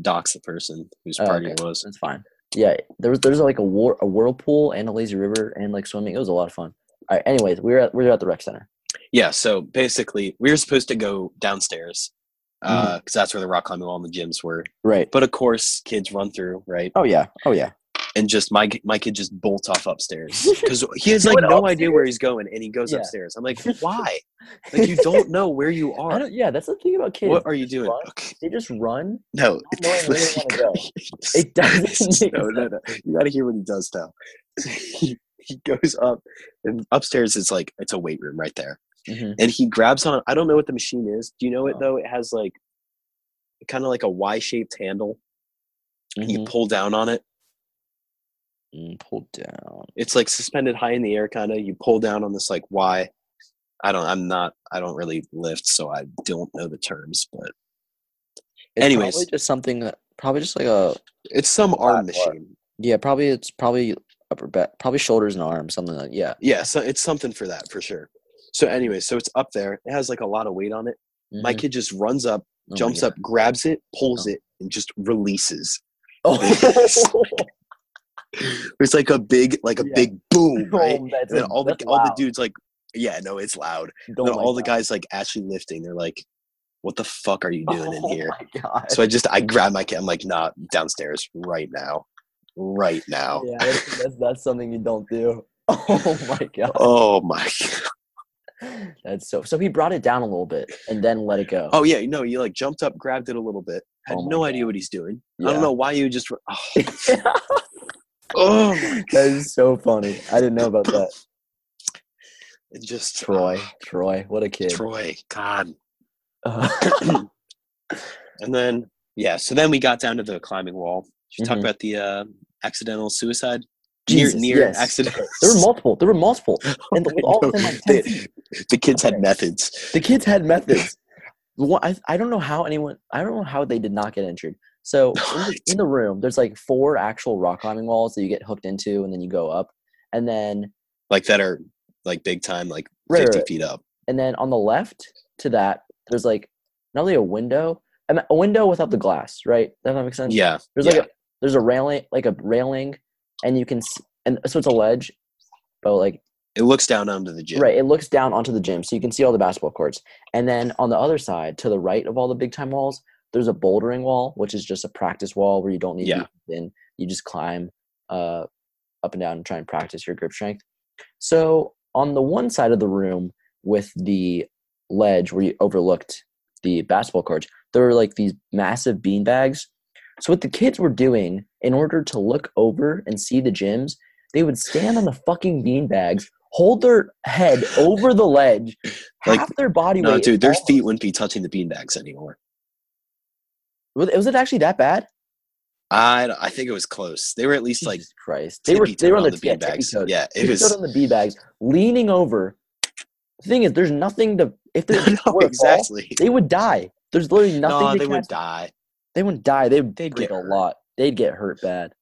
[SPEAKER 2] dox the person whose
[SPEAKER 1] Oh,
[SPEAKER 2] party
[SPEAKER 1] okay.
[SPEAKER 2] it was
[SPEAKER 1] that's fine. Yeah, there was there's like a war, a whirlpool and a lazy river and like swimming. It was a lot of fun. All right. Anyways, we were at we were at the rec center.
[SPEAKER 2] yeah so basically we were supposed to go downstairs because
[SPEAKER 1] Mm.
[SPEAKER 2] that's where the rock climbing wall and the gyms were
[SPEAKER 1] Right.
[SPEAKER 2] but of course kids run through right
[SPEAKER 1] Oh yeah. Oh yeah.
[SPEAKER 2] and just my my kid just bolts off upstairs because he has like
[SPEAKER 1] went
[SPEAKER 2] no idea where he's going, and he goes
[SPEAKER 1] Yeah.
[SPEAKER 2] upstairs. I'm like, why? Like you don't know where you
[SPEAKER 1] I
[SPEAKER 2] are.
[SPEAKER 1] don't, yeah, that's the thing about kids.
[SPEAKER 2] What are you doing?
[SPEAKER 1] run.
[SPEAKER 2] Okay.
[SPEAKER 1] They just run.
[SPEAKER 2] No,
[SPEAKER 1] Not knowing where they wanna go. It
[SPEAKER 2] This
[SPEAKER 1] doesn't.
[SPEAKER 2] is-
[SPEAKER 1] make
[SPEAKER 2] no, no,
[SPEAKER 1] sense.
[SPEAKER 2] no. You gotta hear what he does now. he, he goes up, and upstairs is like it's a weight room right there,
[SPEAKER 1] Mhm.
[SPEAKER 2] and he grabs on. I don't know what the machine is. Do you know it
[SPEAKER 1] Oh.
[SPEAKER 2] though? It has like kind of like a Y-shaped handle. You
[SPEAKER 1] Mhm.
[SPEAKER 2] pull down on it.
[SPEAKER 1] Mm, Pull down.
[SPEAKER 2] it's like suspended high in the air kind of you pull down on this like why i don't i'm not i don't really lift so i don't know the terms but
[SPEAKER 1] It's
[SPEAKER 2] Anyways.
[SPEAKER 1] probably just something that probably just like a
[SPEAKER 2] it's some
[SPEAKER 1] Lat
[SPEAKER 2] arm
[SPEAKER 1] bar.
[SPEAKER 2] machine
[SPEAKER 1] yeah. Probably it's probably upper back, probably shoulders and arms, something like yeah.
[SPEAKER 2] yeah so it's something for that for sure so anyway so it's up there it has like a lot of weight on it my
[SPEAKER 1] Mhm.
[SPEAKER 2] kid just runs up
[SPEAKER 1] Oh my
[SPEAKER 2] jumps
[SPEAKER 1] God.
[SPEAKER 2] up grabs it pulls it and just releases
[SPEAKER 1] Oh,
[SPEAKER 2] there's like a big like a
[SPEAKER 1] Yeah.
[SPEAKER 2] big boom right
[SPEAKER 1] Oh, that's
[SPEAKER 2] and then
[SPEAKER 1] a-
[SPEAKER 2] all the
[SPEAKER 1] that's
[SPEAKER 2] all the
[SPEAKER 1] loud.
[SPEAKER 2] dudes like yeah no it's loud
[SPEAKER 1] Oh
[SPEAKER 2] and
[SPEAKER 1] my
[SPEAKER 2] all the
[SPEAKER 1] God.
[SPEAKER 2] guys like actually lifting they're like what the fuck are you doing in here?
[SPEAKER 1] Oh my god.
[SPEAKER 2] So I just I grab my kid. I'm like, nah, downstairs right now, right now.
[SPEAKER 1] yeah, that's, that's that's something you don't do. Oh my god.
[SPEAKER 2] Oh my.
[SPEAKER 1] That's so so he brought it down a little bit and then let it go.
[SPEAKER 2] Oh yeah, no, you like jumped up, grabbed it a little bit. Had
[SPEAKER 1] Oh my
[SPEAKER 2] no
[SPEAKER 1] God.
[SPEAKER 2] idea what he's doing. I
[SPEAKER 1] Yeah.
[SPEAKER 2] don't know why you just. Oh, oh my-
[SPEAKER 1] that is so funny. I didn't know about that.
[SPEAKER 2] it just ah,
[SPEAKER 1] Troy. Troy, what a kid.
[SPEAKER 2] Troy, God.
[SPEAKER 1] Uh,
[SPEAKER 2] And then yeah, so then we got down to the climbing wall. Should we talk
[SPEAKER 1] Mhm.
[SPEAKER 2] about the uh, accidental suicide?
[SPEAKER 1] Jesus,
[SPEAKER 2] near near
[SPEAKER 1] yes.
[SPEAKER 2] accident.
[SPEAKER 1] There were multiple. There were multiple.
[SPEAKER 2] Oh
[SPEAKER 1] And all within like 10 feet.
[SPEAKER 2] the, the kids had
[SPEAKER 1] Okay.
[SPEAKER 2] methods.
[SPEAKER 1] The kids had methods. The one- I, I don't know how anyone, I don't know how they did not get injured. So in the, in the room, there's like four actual rock climbing walls that you get hooked into and then you go up. And then,
[SPEAKER 2] like that are like big time, like
[SPEAKER 1] Right,
[SPEAKER 2] fifty
[SPEAKER 1] right.
[SPEAKER 2] feet up.
[SPEAKER 1] and then on the left to that, there's like not only a window, I mean, a window without the glass, right? Does that make sense?
[SPEAKER 2] Yeah,
[SPEAKER 1] There's
[SPEAKER 2] yeah.
[SPEAKER 1] like a, there's a railing, like a railing, and you can, s- and so it's a ledge, but like
[SPEAKER 2] it looks down onto the gym.
[SPEAKER 1] Right. It looks down onto the gym, so you can see all the basketball courts. And then on the other side, to the right of all the big time walls, there's a bouldering wall, which is just a practice wall where you don't need
[SPEAKER 2] Yeah.
[SPEAKER 1] to be in. You just climb uh, up and down and try and practice your grip strength. So on the one side of the room with the ledge where you overlooked the basketball courts, there were like these massive bean bags. So what the kids were doing in order to look over and see the gyms, they would stand on the fucking bean bags, hold their head over the ledge,
[SPEAKER 2] Like,
[SPEAKER 1] half their body
[SPEAKER 2] No,
[SPEAKER 1] weight.
[SPEAKER 2] dude, their
[SPEAKER 1] all-
[SPEAKER 2] feet wouldn't be touching the beanbags anymore.
[SPEAKER 1] Was, was it actually that bad?
[SPEAKER 2] I, I think it was close. They were at least like
[SPEAKER 1] Jesus Christ, they were
[SPEAKER 2] tippy-toe
[SPEAKER 1] they were on the, yeah,
[SPEAKER 2] beanbags.
[SPEAKER 1] tippy-toed.
[SPEAKER 2] Yeah, it
[SPEAKER 1] They stood
[SPEAKER 2] was
[SPEAKER 1] on the bean bags, leaning over. The thing is, there's nothing to if they
[SPEAKER 2] no,
[SPEAKER 1] were to fall,
[SPEAKER 2] exactly.
[SPEAKER 1] they would die. There's literally nothing.
[SPEAKER 2] No,
[SPEAKER 1] to
[SPEAKER 2] they would
[SPEAKER 1] catch.
[SPEAKER 2] die.
[SPEAKER 1] They wouldn't die. They would
[SPEAKER 2] They'd
[SPEAKER 1] break
[SPEAKER 2] get
[SPEAKER 1] a
[SPEAKER 2] hurt.
[SPEAKER 1] lot. They'd get hurt bad.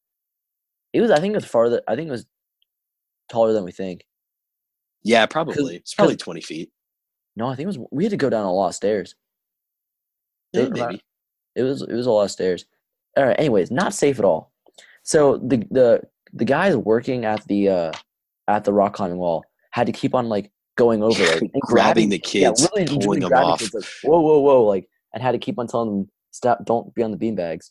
[SPEAKER 1] It was. I think it was farther. I think it was taller than we think.
[SPEAKER 2] Yeah, probably. It's probably twenty feet.
[SPEAKER 1] No, I think it was. We had to go down a lot of stairs. They
[SPEAKER 2] Yeah,
[SPEAKER 1] didn't
[SPEAKER 2] maybe.
[SPEAKER 1] It was it was a lot of stairs. All right. Anyways, not safe at all. So the the the guys working at the uh at the rock climbing wall had to keep on like going over it, and
[SPEAKER 2] Grabbing the kids,
[SPEAKER 1] really and
[SPEAKER 2] pulling
[SPEAKER 1] truly
[SPEAKER 2] them
[SPEAKER 1] grabbing
[SPEAKER 2] off.
[SPEAKER 1] kids, like, whoa, whoa, whoa! Like and had to keep on telling them stop, don't be on the beanbags.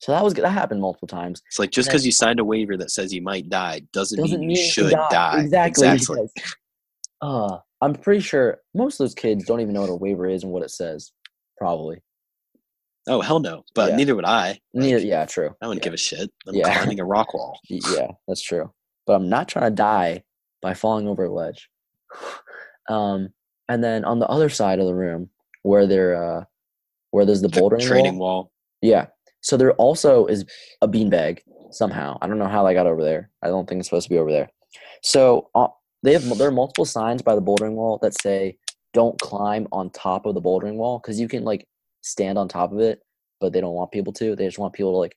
[SPEAKER 1] So that was that happened multiple times.
[SPEAKER 2] It's like just
[SPEAKER 1] Yeah.
[SPEAKER 2] because you signed a waiver that says you might die doesn't,
[SPEAKER 1] doesn't
[SPEAKER 2] mean
[SPEAKER 1] mean
[SPEAKER 2] you
[SPEAKER 1] can
[SPEAKER 2] should die.
[SPEAKER 1] Exactly. because, uh, I'm pretty sure most of those kids don't even know what a waiver is and what it says. Probably.
[SPEAKER 2] Oh hell no. But
[SPEAKER 1] Yeah.
[SPEAKER 2] neither would I.
[SPEAKER 1] Neither-
[SPEAKER 2] Like,
[SPEAKER 1] yeah, true.
[SPEAKER 2] I
[SPEAKER 1] yeah.
[SPEAKER 2] wouldn't give a shit. I'm
[SPEAKER 1] Yeah.
[SPEAKER 2] climbing a rock wall.
[SPEAKER 1] Y- Yeah, that's true. But I'm not trying to die by falling over a ledge. Um, and then on the other side of the room, where there, uh, where there's the
[SPEAKER 2] The
[SPEAKER 1] bouldering
[SPEAKER 2] training
[SPEAKER 1] wall,
[SPEAKER 2] wall.
[SPEAKER 1] yeah. So there also is a beanbag somehow. I don't know how I got over there. I don't think it's supposed to be over there. So uh, they have there are multiple signs by the bouldering wall that say don't climb on top of the bouldering wall because you can like stand on top of it, but they don't want people to. They just want people to like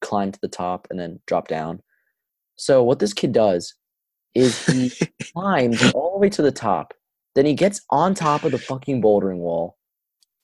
[SPEAKER 1] climb to the top and then drop down. So what this kid does is he climbs all the way to the top. Then he gets on top of the fucking bouldering wall,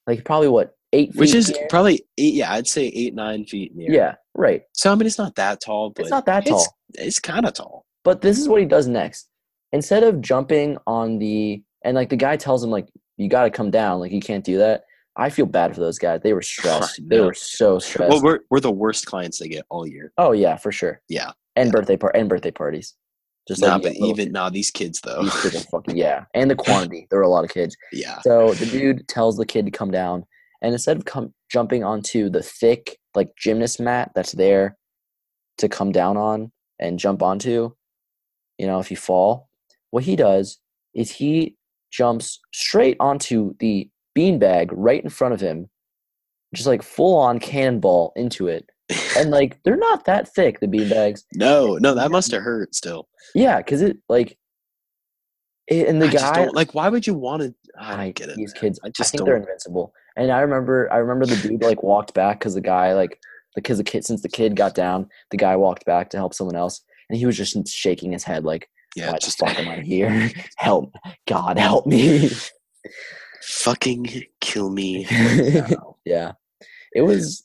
[SPEAKER 1] like probably what eight feet,
[SPEAKER 2] Which is
[SPEAKER 1] in the air?
[SPEAKER 2] probably eight yeah, I'd say eight, nine feet in the air.
[SPEAKER 1] yeah, right.
[SPEAKER 2] So I mean it's not that tall, but
[SPEAKER 1] It's not that tall.
[SPEAKER 2] It's kinda tall.
[SPEAKER 1] But this is what he does next. Instead of jumping on the and like the guy tells him like you got to come down, like you can't do that. I feel bad for those guys. They were stressed. They
[SPEAKER 2] know.
[SPEAKER 1] were so stressed.
[SPEAKER 2] Well we're we're the worst clients they get all year.
[SPEAKER 1] oh yeah, for sure.
[SPEAKER 2] Yeah.
[SPEAKER 1] And birthday par- and birthday parties. Just
[SPEAKER 2] nah,
[SPEAKER 1] like
[SPEAKER 2] but
[SPEAKER 1] yeah, little-
[SPEAKER 2] even nah, these kids though.
[SPEAKER 1] these kids are fucking yeah, and the quantity. There were a lot of kids.
[SPEAKER 2] yeah.
[SPEAKER 1] So the dude tells the kid to come down, and instead of come jumping onto the thick like gymnast mat that's there to come down on and jump onto, you know, if you fall, what he does is he jumps straight onto the beanbag right in front of him, just like full on cannonball into it, and like they're not that thick the beanbags.
[SPEAKER 2] No, no, that must have hurt still.
[SPEAKER 1] Yeah, because it like, it, and the
[SPEAKER 2] I just
[SPEAKER 1] guy
[SPEAKER 2] don't, like why would you want to I
[SPEAKER 1] I
[SPEAKER 2] don't get it.
[SPEAKER 1] These kids,
[SPEAKER 2] I
[SPEAKER 1] I,
[SPEAKER 2] just
[SPEAKER 1] think they're
[SPEAKER 2] don't-
[SPEAKER 1] invincible. And I remember, I remember the dude like walked back because the guy like because the kid since the kid got down, the guy walked back to help someone else, and he was just shaking his head like,
[SPEAKER 2] Yeah,
[SPEAKER 1] "Why
[SPEAKER 2] just
[SPEAKER 1] the fuck am I here? help, God, help me!"
[SPEAKER 2] fucking kill me.
[SPEAKER 1] yeah, it was.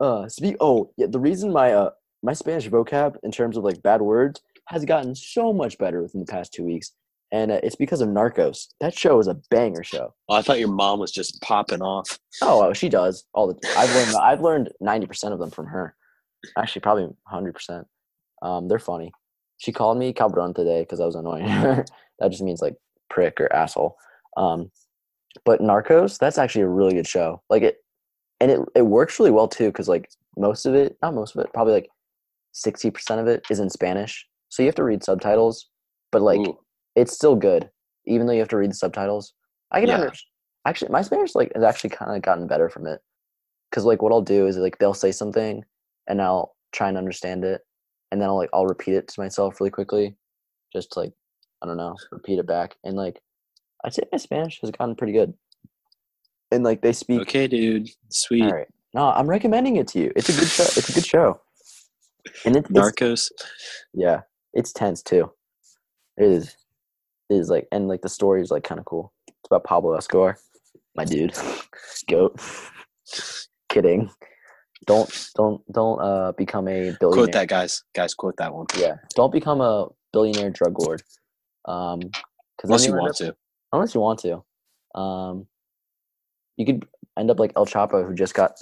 [SPEAKER 1] Uh, speak. Oh, yeah. The reason my uh my Spanish vocab in terms of like bad words has gotten so much better within the past two weeks and uh, it's because of Narcos. That show is a banger show.
[SPEAKER 2] Oh, I thought your mom was just popping off.
[SPEAKER 1] Oh, oh, she does all the. I've learned I've learned ninety percent of them from her. Actually, probably hundred percent. Um, they're funny. She called me cabron today because I was annoying her. that just means like prick or asshole. Um, but Narcos, that's actually a really good show. Like it, and it it works really well too because like most of it, not most of it, probably like sixty percent of it is in Spanish. So you have to read subtitles, but like
[SPEAKER 2] Ooh.
[SPEAKER 1] it's still good, even though you have to read the subtitles. I can
[SPEAKER 2] Yeah.
[SPEAKER 1] under- actually my Spanish like has actually kind of gotten better from it, because like what I'll do is like they'll say something, and I'll try and understand it, and then I'll like I'll repeat it to myself really quickly, just to, like I don't know, repeat it back, and like I'd say my Spanish has gotten pretty good, and like they speak.
[SPEAKER 2] Okay, dude. Sweet.
[SPEAKER 1] All right, no, I'm recommending it to you. It's a good show. It's a good show, and it, it's
[SPEAKER 2] Narcos.
[SPEAKER 1] yeah, it's tense too. It is. It is like and like the story is like kind of cool. It's about Pablo Escobar, my dude, goat. Kidding. Don't don't don't uh become a billionaire.
[SPEAKER 2] Quote that, guys. Guys, quote that one.
[SPEAKER 1] Yeah, don't become a billionaire drug lord. Um, 'cause then
[SPEAKER 2] Unless you
[SPEAKER 1] end
[SPEAKER 2] want
[SPEAKER 1] up-
[SPEAKER 2] to.
[SPEAKER 1] Unless you want to, um, you could end up like El Chapo, who just got.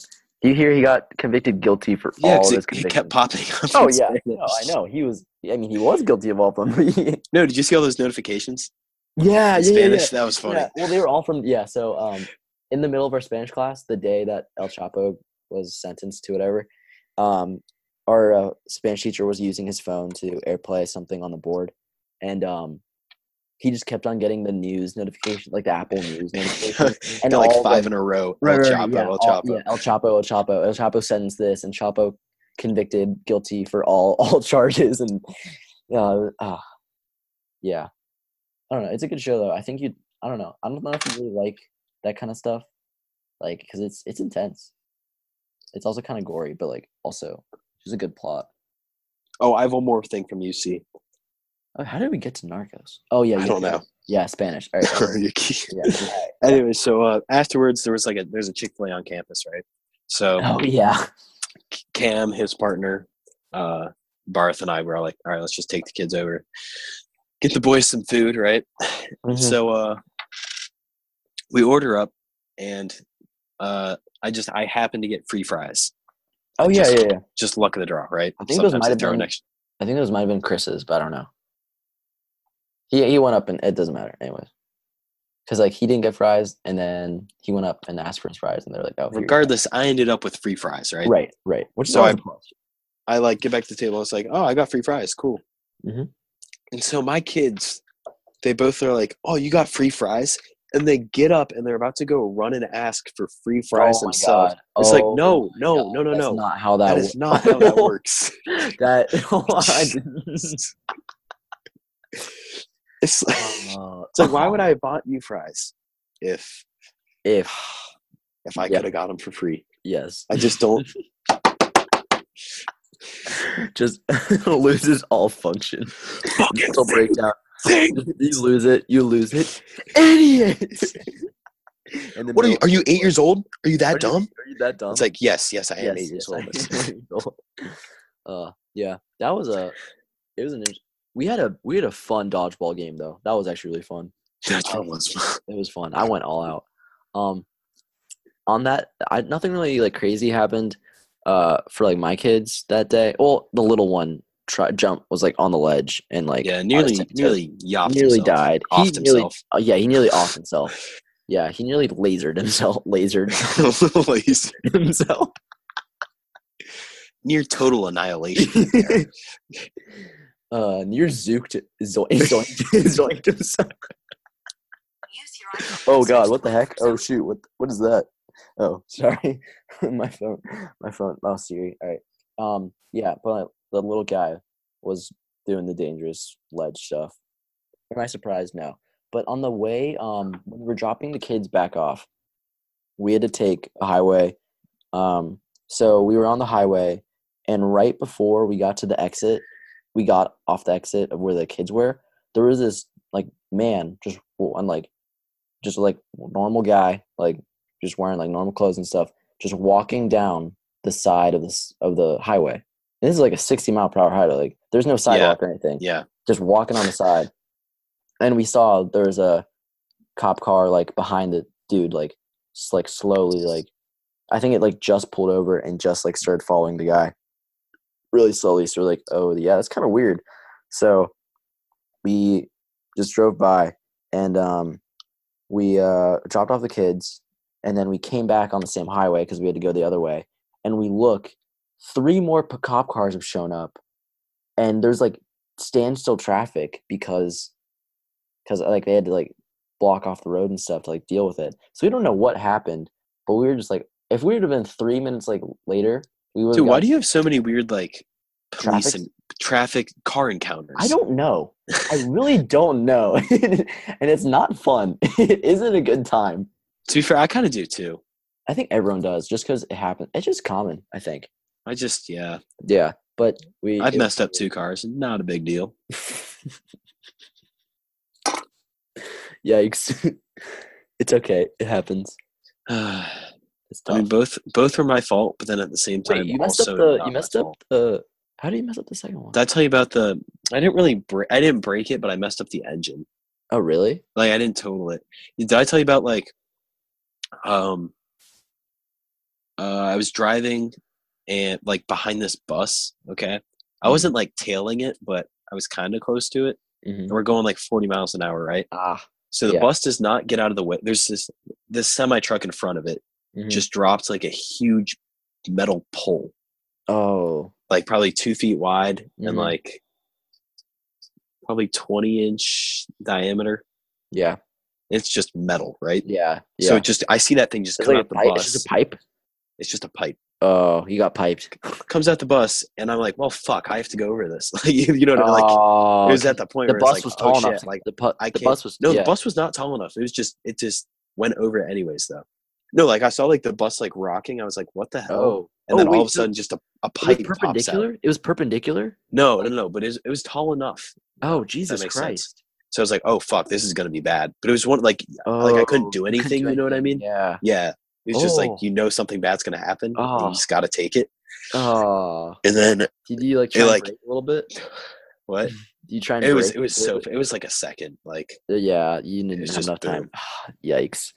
[SPEAKER 1] Do you hear he got convicted guilty for
[SPEAKER 2] Yeah,
[SPEAKER 1] all of
[SPEAKER 2] 'cause
[SPEAKER 1] his
[SPEAKER 2] it, he
[SPEAKER 1] convictions?
[SPEAKER 2] kept popping up.
[SPEAKER 1] Oh
[SPEAKER 2] on
[SPEAKER 1] yeah,
[SPEAKER 2] Snapchat.
[SPEAKER 1] no, I know he was. I mean, he was guilty of all of them. yeah,
[SPEAKER 2] No, did you see all those notifications?
[SPEAKER 1] yeah,
[SPEAKER 2] in Spanish? That was funny.
[SPEAKER 1] Yeah, Well, they were all from yeah. So, um, in the middle of our Spanish class, the day that El Chapo was sentenced to whatever, um, our uh, Spanish teacher was using his phone to AirPlay something on the board, and um, he just kept on getting the news notification, like the Apple News notification, and
[SPEAKER 2] Got, like
[SPEAKER 1] all the-
[SPEAKER 2] five in a row.
[SPEAKER 1] Right,
[SPEAKER 2] El
[SPEAKER 1] right,
[SPEAKER 2] Chapo,
[SPEAKER 1] yeah,
[SPEAKER 2] El
[SPEAKER 1] all-
[SPEAKER 2] Chapo.
[SPEAKER 1] yeah, El Chapo, El Chapo, El Chapo sentenced this, and Chapo convicted guilty for all all charges, and uh, uh, yeah, I don't know. It's a good show though. I think you. I don't know. I don't know if you really like that kind of stuff, like because it's it's intense. It's also kind of gory, but like also it's a good plot.
[SPEAKER 2] Oh, I have one more thing from UC.
[SPEAKER 1] Oh, how did we get to Narcos? Oh yeah,
[SPEAKER 2] I
[SPEAKER 1] yeah,
[SPEAKER 2] don't
[SPEAKER 1] yeah.
[SPEAKER 2] know.
[SPEAKER 1] Yeah, Spanish. All right.
[SPEAKER 2] You're key-
[SPEAKER 1] yeah, yeah.
[SPEAKER 2] anyway, so uh, afterwards there was like a there's a Chick Fil A on campus, right? So
[SPEAKER 1] Oh yeah.
[SPEAKER 2] Cam, his partner, uh, Barth, and I were all like, all right, let's just take the kids over, get the boys some food, right?
[SPEAKER 1] Mm-hmm.
[SPEAKER 2] So uh, we order up, and uh, I just I happen to get free fries,
[SPEAKER 1] Oh yeah, yeah, yeah.
[SPEAKER 2] just luck of the draw, right?
[SPEAKER 1] I think those might
[SPEAKER 2] they
[SPEAKER 1] have
[SPEAKER 2] throw
[SPEAKER 1] been-
[SPEAKER 2] an extra.
[SPEAKER 1] I think those might have been Chris's, but I don't know. He he went up and it doesn't matter anyways, because like he didn't get fries, and then he went up and asked for his fries, and they're like, oh, here you go.
[SPEAKER 2] Regardless, I ended up with free fries, right?
[SPEAKER 1] right, right, which is
[SPEAKER 2] So
[SPEAKER 1] always
[SPEAKER 2] I-
[SPEAKER 1] a plus.
[SPEAKER 2] I like get back to the table. It's like, oh, I got free fries, cool.
[SPEAKER 1] Mhm.
[SPEAKER 2] And so my kids, they both are like, oh, you got free fries, and they get up and they're about to go run and ask for free fries
[SPEAKER 1] Oh my
[SPEAKER 2] themselves.
[SPEAKER 1] God.
[SPEAKER 2] It's like,
[SPEAKER 1] Oh
[SPEAKER 2] no,
[SPEAKER 1] my
[SPEAKER 2] no,
[SPEAKER 1] God,
[SPEAKER 2] no, no,
[SPEAKER 1] that's
[SPEAKER 2] no.
[SPEAKER 1] not how that,
[SPEAKER 2] that is not how that works.
[SPEAKER 1] works. that
[SPEAKER 2] It's like, it's like, why would I have bought you fries if
[SPEAKER 1] if
[SPEAKER 2] if I
[SPEAKER 1] Yeah.
[SPEAKER 2] could have got them for free?
[SPEAKER 1] yes,
[SPEAKER 2] I just don't.
[SPEAKER 1] just loses all function.
[SPEAKER 2] fucking
[SPEAKER 1] Mental breakdown.
[SPEAKER 2] think.
[SPEAKER 1] You lose it. You lose it. Idiot. And then
[SPEAKER 2] What are you? Are you eight years old? Are you that
[SPEAKER 1] Are you-
[SPEAKER 2] dumb?
[SPEAKER 1] Are you that dumb?
[SPEAKER 2] It's like, yes, yes, I am
[SPEAKER 1] Yes,
[SPEAKER 2] eight years
[SPEAKER 1] yes, I
[SPEAKER 2] old.
[SPEAKER 1] am eight years old. uh, yeah, that was a. It was an. int- We had a we had a fun dodgeball game though. That was actually really fun.
[SPEAKER 2] That's
[SPEAKER 1] Um,
[SPEAKER 2] what it was.
[SPEAKER 1] It was fun. I went all out. Um, on that, I nothing really like crazy happened. Uh, for like my kids that day. Well, the little one try jump was like on the ledge and like
[SPEAKER 2] Yeah,
[SPEAKER 1] on his
[SPEAKER 2] nearly,
[SPEAKER 1] tippy toes.
[SPEAKER 2] nearly, yopped
[SPEAKER 1] nearly
[SPEAKER 2] himself.
[SPEAKER 1] died.
[SPEAKER 2] Offed
[SPEAKER 1] he nearly.
[SPEAKER 2] himself.
[SPEAKER 1] Oh, yeah, he nearly off himself. Yeah, he nearly lasered himself. Lasered
[SPEAKER 2] He's
[SPEAKER 1] himself.
[SPEAKER 2] near total annihilation. there.
[SPEAKER 1] Uh, near zooked zoinked, zoinked himself.
[SPEAKER 3] Use your iPhone.
[SPEAKER 1] Oh god, what the heck? Oh shoot, what what is that? Oh, sorry, my phone, my phone. Oh Siri, all right. Um, yeah, but the little guy was doing the dangerous ledge stuff. Am I surprised? No. But on the way, um, when we were dropping the kids back off, we had to take a highway. Um, so we were on the highway, and right before we got to the exit, we got off the exit of where the kids were. There was this like man just and like just like normal guy, like just wearing like normal clothes and stuff, just walking down the side of this of the highway. And this is like a sixty mile per hour highway. Like there's no sidewalk or anything.
[SPEAKER 2] yeah,
[SPEAKER 1] Just walking on the side. and we saw there was a cop car like behind the dude, like s- like slowly like I think it like just pulled over and just like started following the guy really slowly. So we're like, oh yeah, that's kind of weird. So we just drove by and um, we uh, dropped off the kids and then we came back on the same highway because we had to go the other way. And we look, three more p- cop cars have shown up, and there's like standstill traffic because because like they had to like block off the road and stuff to like deal with it. So we don't know what happened, but we were just like, if we would have been three minutes like later, we would.
[SPEAKER 2] Dude, why do you have so many weird like police
[SPEAKER 1] Traffic?
[SPEAKER 2] and traffic car encounters?
[SPEAKER 1] I don't know. I really don't know, and it's not fun. it isn't a good time.
[SPEAKER 2] To be fair, I kind of do too.
[SPEAKER 1] I think everyone does just because it happens. It's just common, I think.
[SPEAKER 2] I just yeah,
[SPEAKER 1] Yeah, but we.
[SPEAKER 2] I've
[SPEAKER 1] it-
[SPEAKER 2] messed up two cars. Not a big deal.
[SPEAKER 1] Yikes! it's okay. It happens.
[SPEAKER 2] I
[SPEAKER 1] It's tough.
[SPEAKER 2] mean, both both were my fault, but then at the same time,
[SPEAKER 1] Wait, you messed
[SPEAKER 2] also
[SPEAKER 1] up the.
[SPEAKER 2] not
[SPEAKER 1] You
[SPEAKER 2] my
[SPEAKER 1] messed up
[SPEAKER 2] fault.
[SPEAKER 1] the. How do you mess up the second one?
[SPEAKER 2] Did I tell you about the? I didn't really. Bra- I didn't break it, but I messed up the engine.
[SPEAKER 1] oh really?
[SPEAKER 2] Like I didn't total it. Did I tell you about like um uh I was driving and like behind this bus, okay? I
[SPEAKER 1] Mhm.
[SPEAKER 2] wasn't like tailing it, but I was kind of close to it.
[SPEAKER 1] hmm
[SPEAKER 2] And we're going like 40 miles an hour, right?
[SPEAKER 1] Ah.
[SPEAKER 2] So the
[SPEAKER 1] Yeah.
[SPEAKER 2] bus does not get out of the way. There's this this semi truck in front of it
[SPEAKER 1] mhm.
[SPEAKER 2] just dropped like a huge metal pole,
[SPEAKER 1] Oh.
[SPEAKER 2] like probably two feet wide
[SPEAKER 1] Mhm.
[SPEAKER 2] and like probably 20 inch diameter.
[SPEAKER 1] Yeah.
[SPEAKER 2] It's just metal, right?
[SPEAKER 1] Yeah. Yeah.
[SPEAKER 2] So it just I see that thing just
[SPEAKER 1] it's
[SPEAKER 2] come
[SPEAKER 1] like a
[SPEAKER 2] out the
[SPEAKER 1] pipe.
[SPEAKER 2] bus.
[SPEAKER 1] It's just a pipe.
[SPEAKER 2] pipe.
[SPEAKER 1] Oh, you got piped.
[SPEAKER 2] Comes out the bus, and I'm like, well, fuck, I have to go over this. Like, you you know what I mean? Like,
[SPEAKER 1] oh,
[SPEAKER 2] it was at the point
[SPEAKER 1] the
[SPEAKER 2] where
[SPEAKER 1] bus
[SPEAKER 2] it's like,
[SPEAKER 1] was
[SPEAKER 2] oh,
[SPEAKER 1] tall enough.
[SPEAKER 2] shit,
[SPEAKER 1] to-
[SPEAKER 2] Like,
[SPEAKER 1] the, pu-
[SPEAKER 2] I
[SPEAKER 1] the
[SPEAKER 2] can't-
[SPEAKER 1] bus was
[SPEAKER 2] no,
[SPEAKER 1] yeah.
[SPEAKER 2] the bus was not tall enough. It was just, it just went over it anyways, though. No, like I saw like the bus like rocking. I was like, what the hell?
[SPEAKER 1] Oh,
[SPEAKER 2] and
[SPEAKER 1] Oh,
[SPEAKER 2] then all
[SPEAKER 1] wait,
[SPEAKER 2] of a
[SPEAKER 1] so
[SPEAKER 2] sudden, just a, a
[SPEAKER 1] it
[SPEAKER 2] pipe
[SPEAKER 1] was
[SPEAKER 2] pops out.
[SPEAKER 1] perpendicular. It was perpendicular.
[SPEAKER 2] No, no, no, but it was, it was tall enough.
[SPEAKER 1] Oh Jesus
[SPEAKER 2] makes
[SPEAKER 1] Christ!
[SPEAKER 2] sense. So I was like, oh fuck, this is gonna be bad. But it was one like,
[SPEAKER 1] Oh,
[SPEAKER 2] I couldn't do
[SPEAKER 1] you
[SPEAKER 2] anything, you know what I
[SPEAKER 1] anything,
[SPEAKER 2] mean?
[SPEAKER 1] Yeah.
[SPEAKER 2] yeah, it was just like
[SPEAKER 1] Oh.
[SPEAKER 2] you know something bad's gonna happen. and
[SPEAKER 1] Oh.
[SPEAKER 2] you just gotta take it.
[SPEAKER 1] Oh,
[SPEAKER 2] And then
[SPEAKER 1] did you like
[SPEAKER 2] It,
[SPEAKER 1] try and
[SPEAKER 2] like-
[SPEAKER 1] brake a little bit? Did
[SPEAKER 2] what?
[SPEAKER 1] you try and
[SPEAKER 2] it was
[SPEAKER 1] brake
[SPEAKER 2] it was
[SPEAKER 1] a little
[SPEAKER 2] so it was like a second like
[SPEAKER 1] bit? Uh, Yeah, you didn't
[SPEAKER 2] was
[SPEAKER 1] have
[SPEAKER 2] just
[SPEAKER 1] enough time. Yikes!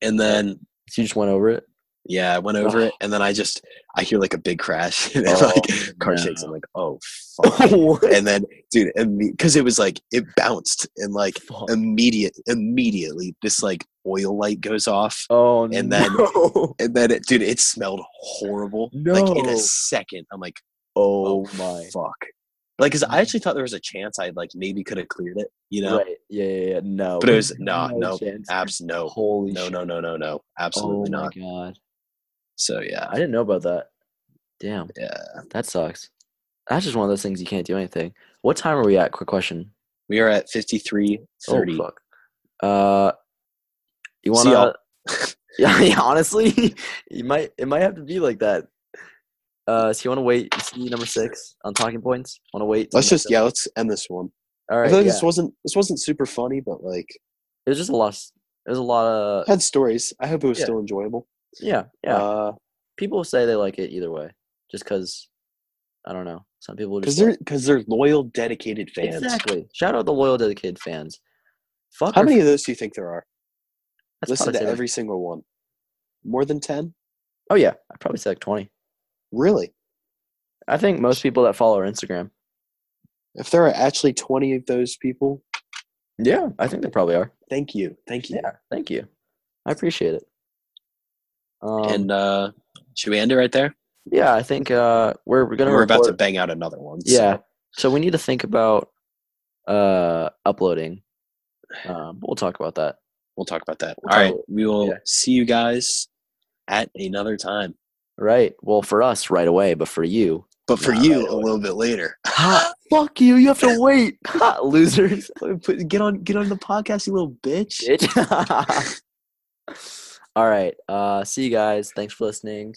[SPEAKER 2] and then
[SPEAKER 1] So you just went over it.
[SPEAKER 2] yeah i went over
[SPEAKER 1] Ugh.
[SPEAKER 2] it and then i just i hear like a big crash and then,
[SPEAKER 1] Oh,
[SPEAKER 2] like car shakes i'm
[SPEAKER 1] no.
[SPEAKER 2] like oh fuck
[SPEAKER 1] what?
[SPEAKER 2] and then dude and because it was like it bounced and like
[SPEAKER 1] Fuck.
[SPEAKER 2] immediate immediately this like oil light goes off
[SPEAKER 1] oh
[SPEAKER 2] and then-
[SPEAKER 1] no. Oh
[SPEAKER 2] and then it, dude it smelled horrible like in
[SPEAKER 1] No.
[SPEAKER 2] a second i'm like
[SPEAKER 1] Oh
[SPEAKER 2] oh,
[SPEAKER 1] my.
[SPEAKER 2] fuck like because i
[SPEAKER 1] No.
[SPEAKER 2] actually thought there was a chance i like maybe could have cleared it you know
[SPEAKER 1] Right. Yeah, yeah, yeah. No.
[SPEAKER 2] But it was- nah, no.
[SPEAKER 1] chance.
[SPEAKER 2] abs no
[SPEAKER 1] Holy
[SPEAKER 2] no
[SPEAKER 1] shit.
[SPEAKER 2] no no no no
[SPEAKER 1] Oh
[SPEAKER 2] absolutely
[SPEAKER 1] my
[SPEAKER 2] not
[SPEAKER 1] god.
[SPEAKER 2] so yeah
[SPEAKER 1] I didn't know about that. Damn.
[SPEAKER 2] yeah
[SPEAKER 1] That sucks. That's just one of those things you can't do anything. What time are we at? Quick question.
[SPEAKER 2] We are at 53 30.
[SPEAKER 1] Oh fuck. Uh, you
[SPEAKER 2] See
[SPEAKER 1] wanna? yeah, yeah, honestly, you might. It might have to be like that. Uh, so you wanna wait? and See number six on talking points. Wanna wait? till
[SPEAKER 2] let's
[SPEAKER 1] number
[SPEAKER 2] just yeah, let's end this one.
[SPEAKER 1] seven? All
[SPEAKER 2] I
[SPEAKER 1] right.
[SPEAKER 2] feel like
[SPEAKER 1] yeah.
[SPEAKER 2] this wasn't this wasn't super funny, but like
[SPEAKER 1] It was just a lot. It was a lot of
[SPEAKER 2] had stories. I hope it was
[SPEAKER 1] Yeah.
[SPEAKER 2] still enjoyable.
[SPEAKER 1] yeah, yeah.
[SPEAKER 2] Uh
[SPEAKER 1] people say they like it either way, just because. I don't know. Some people
[SPEAKER 2] cuz
[SPEAKER 1] just
[SPEAKER 2] they're cuz they're loyal dedicated fans.
[SPEAKER 1] exactly. Shout out the loyal, dedicated fans. Fuck.
[SPEAKER 2] How
[SPEAKER 1] our
[SPEAKER 2] many
[SPEAKER 1] f-
[SPEAKER 2] of those do you think there are?
[SPEAKER 1] that's
[SPEAKER 2] Listen
[SPEAKER 1] probably
[SPEAKER 2] to
[SPEAKER 1] say like-
[SPEAKER 2] every single one. More than 10?
[SPEAKER 1] oh yeah, I'd probably say like twenty.
[SPEAKER 2] Really?
[SPEAKER 1] I think most people that follow our Instagram.
[SPEAKER 2] If there are actually 20 of those people,
[SPEAKER 1] Yeah, I think they probably are.
[SPEAKER 2] thank you. Thank you.
[SPEAKER 1] Yeah, thank you. I appreciate it. Um,
[SPEAKER 2] and uh should we end it right there?
[SPEAKER 1] yeah, I think uh, we're, we're gonna
[SPEAKER 2] We're about to
[SPEAKER 1] record-
[SPEAKER 2] bang out another one. so-
[SPEAKER 1] yeah, so we need to think about uh, uploading. Um, we'll talk about that.
[SPEAKER 2] we'll talk about that.
[SPEAKER 1] We'll talk
[SPEAKER 2] All right.
[SPEAKER 1] about-
[SPEAKER 2] We will
[SPEAKER 1] yeah.
[SPEAKER 2] see you guys at another time.
[SPEAKER 1] Right. Well, for us, right away, but for you,
[SPEAKER 2] but for
[SPEAKER 1] Not right
[SPEAKER 2] you a
[SPEAKER 1] away.
[SPEAKER 2] little bit later.
[SPEAKER 1] ha, fuck you. You have to wait, ha, losers.
[SPEAKER 2] Put- get on get on the podcast, you little bitch.
[SPEAKER 1] bitch. All right. Uh, see you guys. Thanks for listening.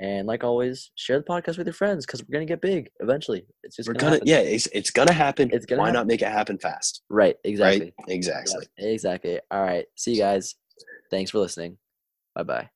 [SPEAKER 1] And like always, share the podcast with your friends because we're gonna get big eventually. It's just
[SPEAKER 2] We're
[SPEAKER 1] gonna
[SPEAKER 2] gonna
[SPEAKER 1] happen.
[SPEAKER 2] yeah, it's it's gonna happen.
[SPEAKER 1] It's gonna
[SPEAKER 2] Why
[SPEAKER 1] happen.
[SPEAKER 2] not make it happen fast?
[SPEAKER 1] right exactly.
[SPEAKER 2] Right? Exactly.
[SPEAKER 1] Yep, exactly. All right. See you guys. Thanks for listening. Bye bye.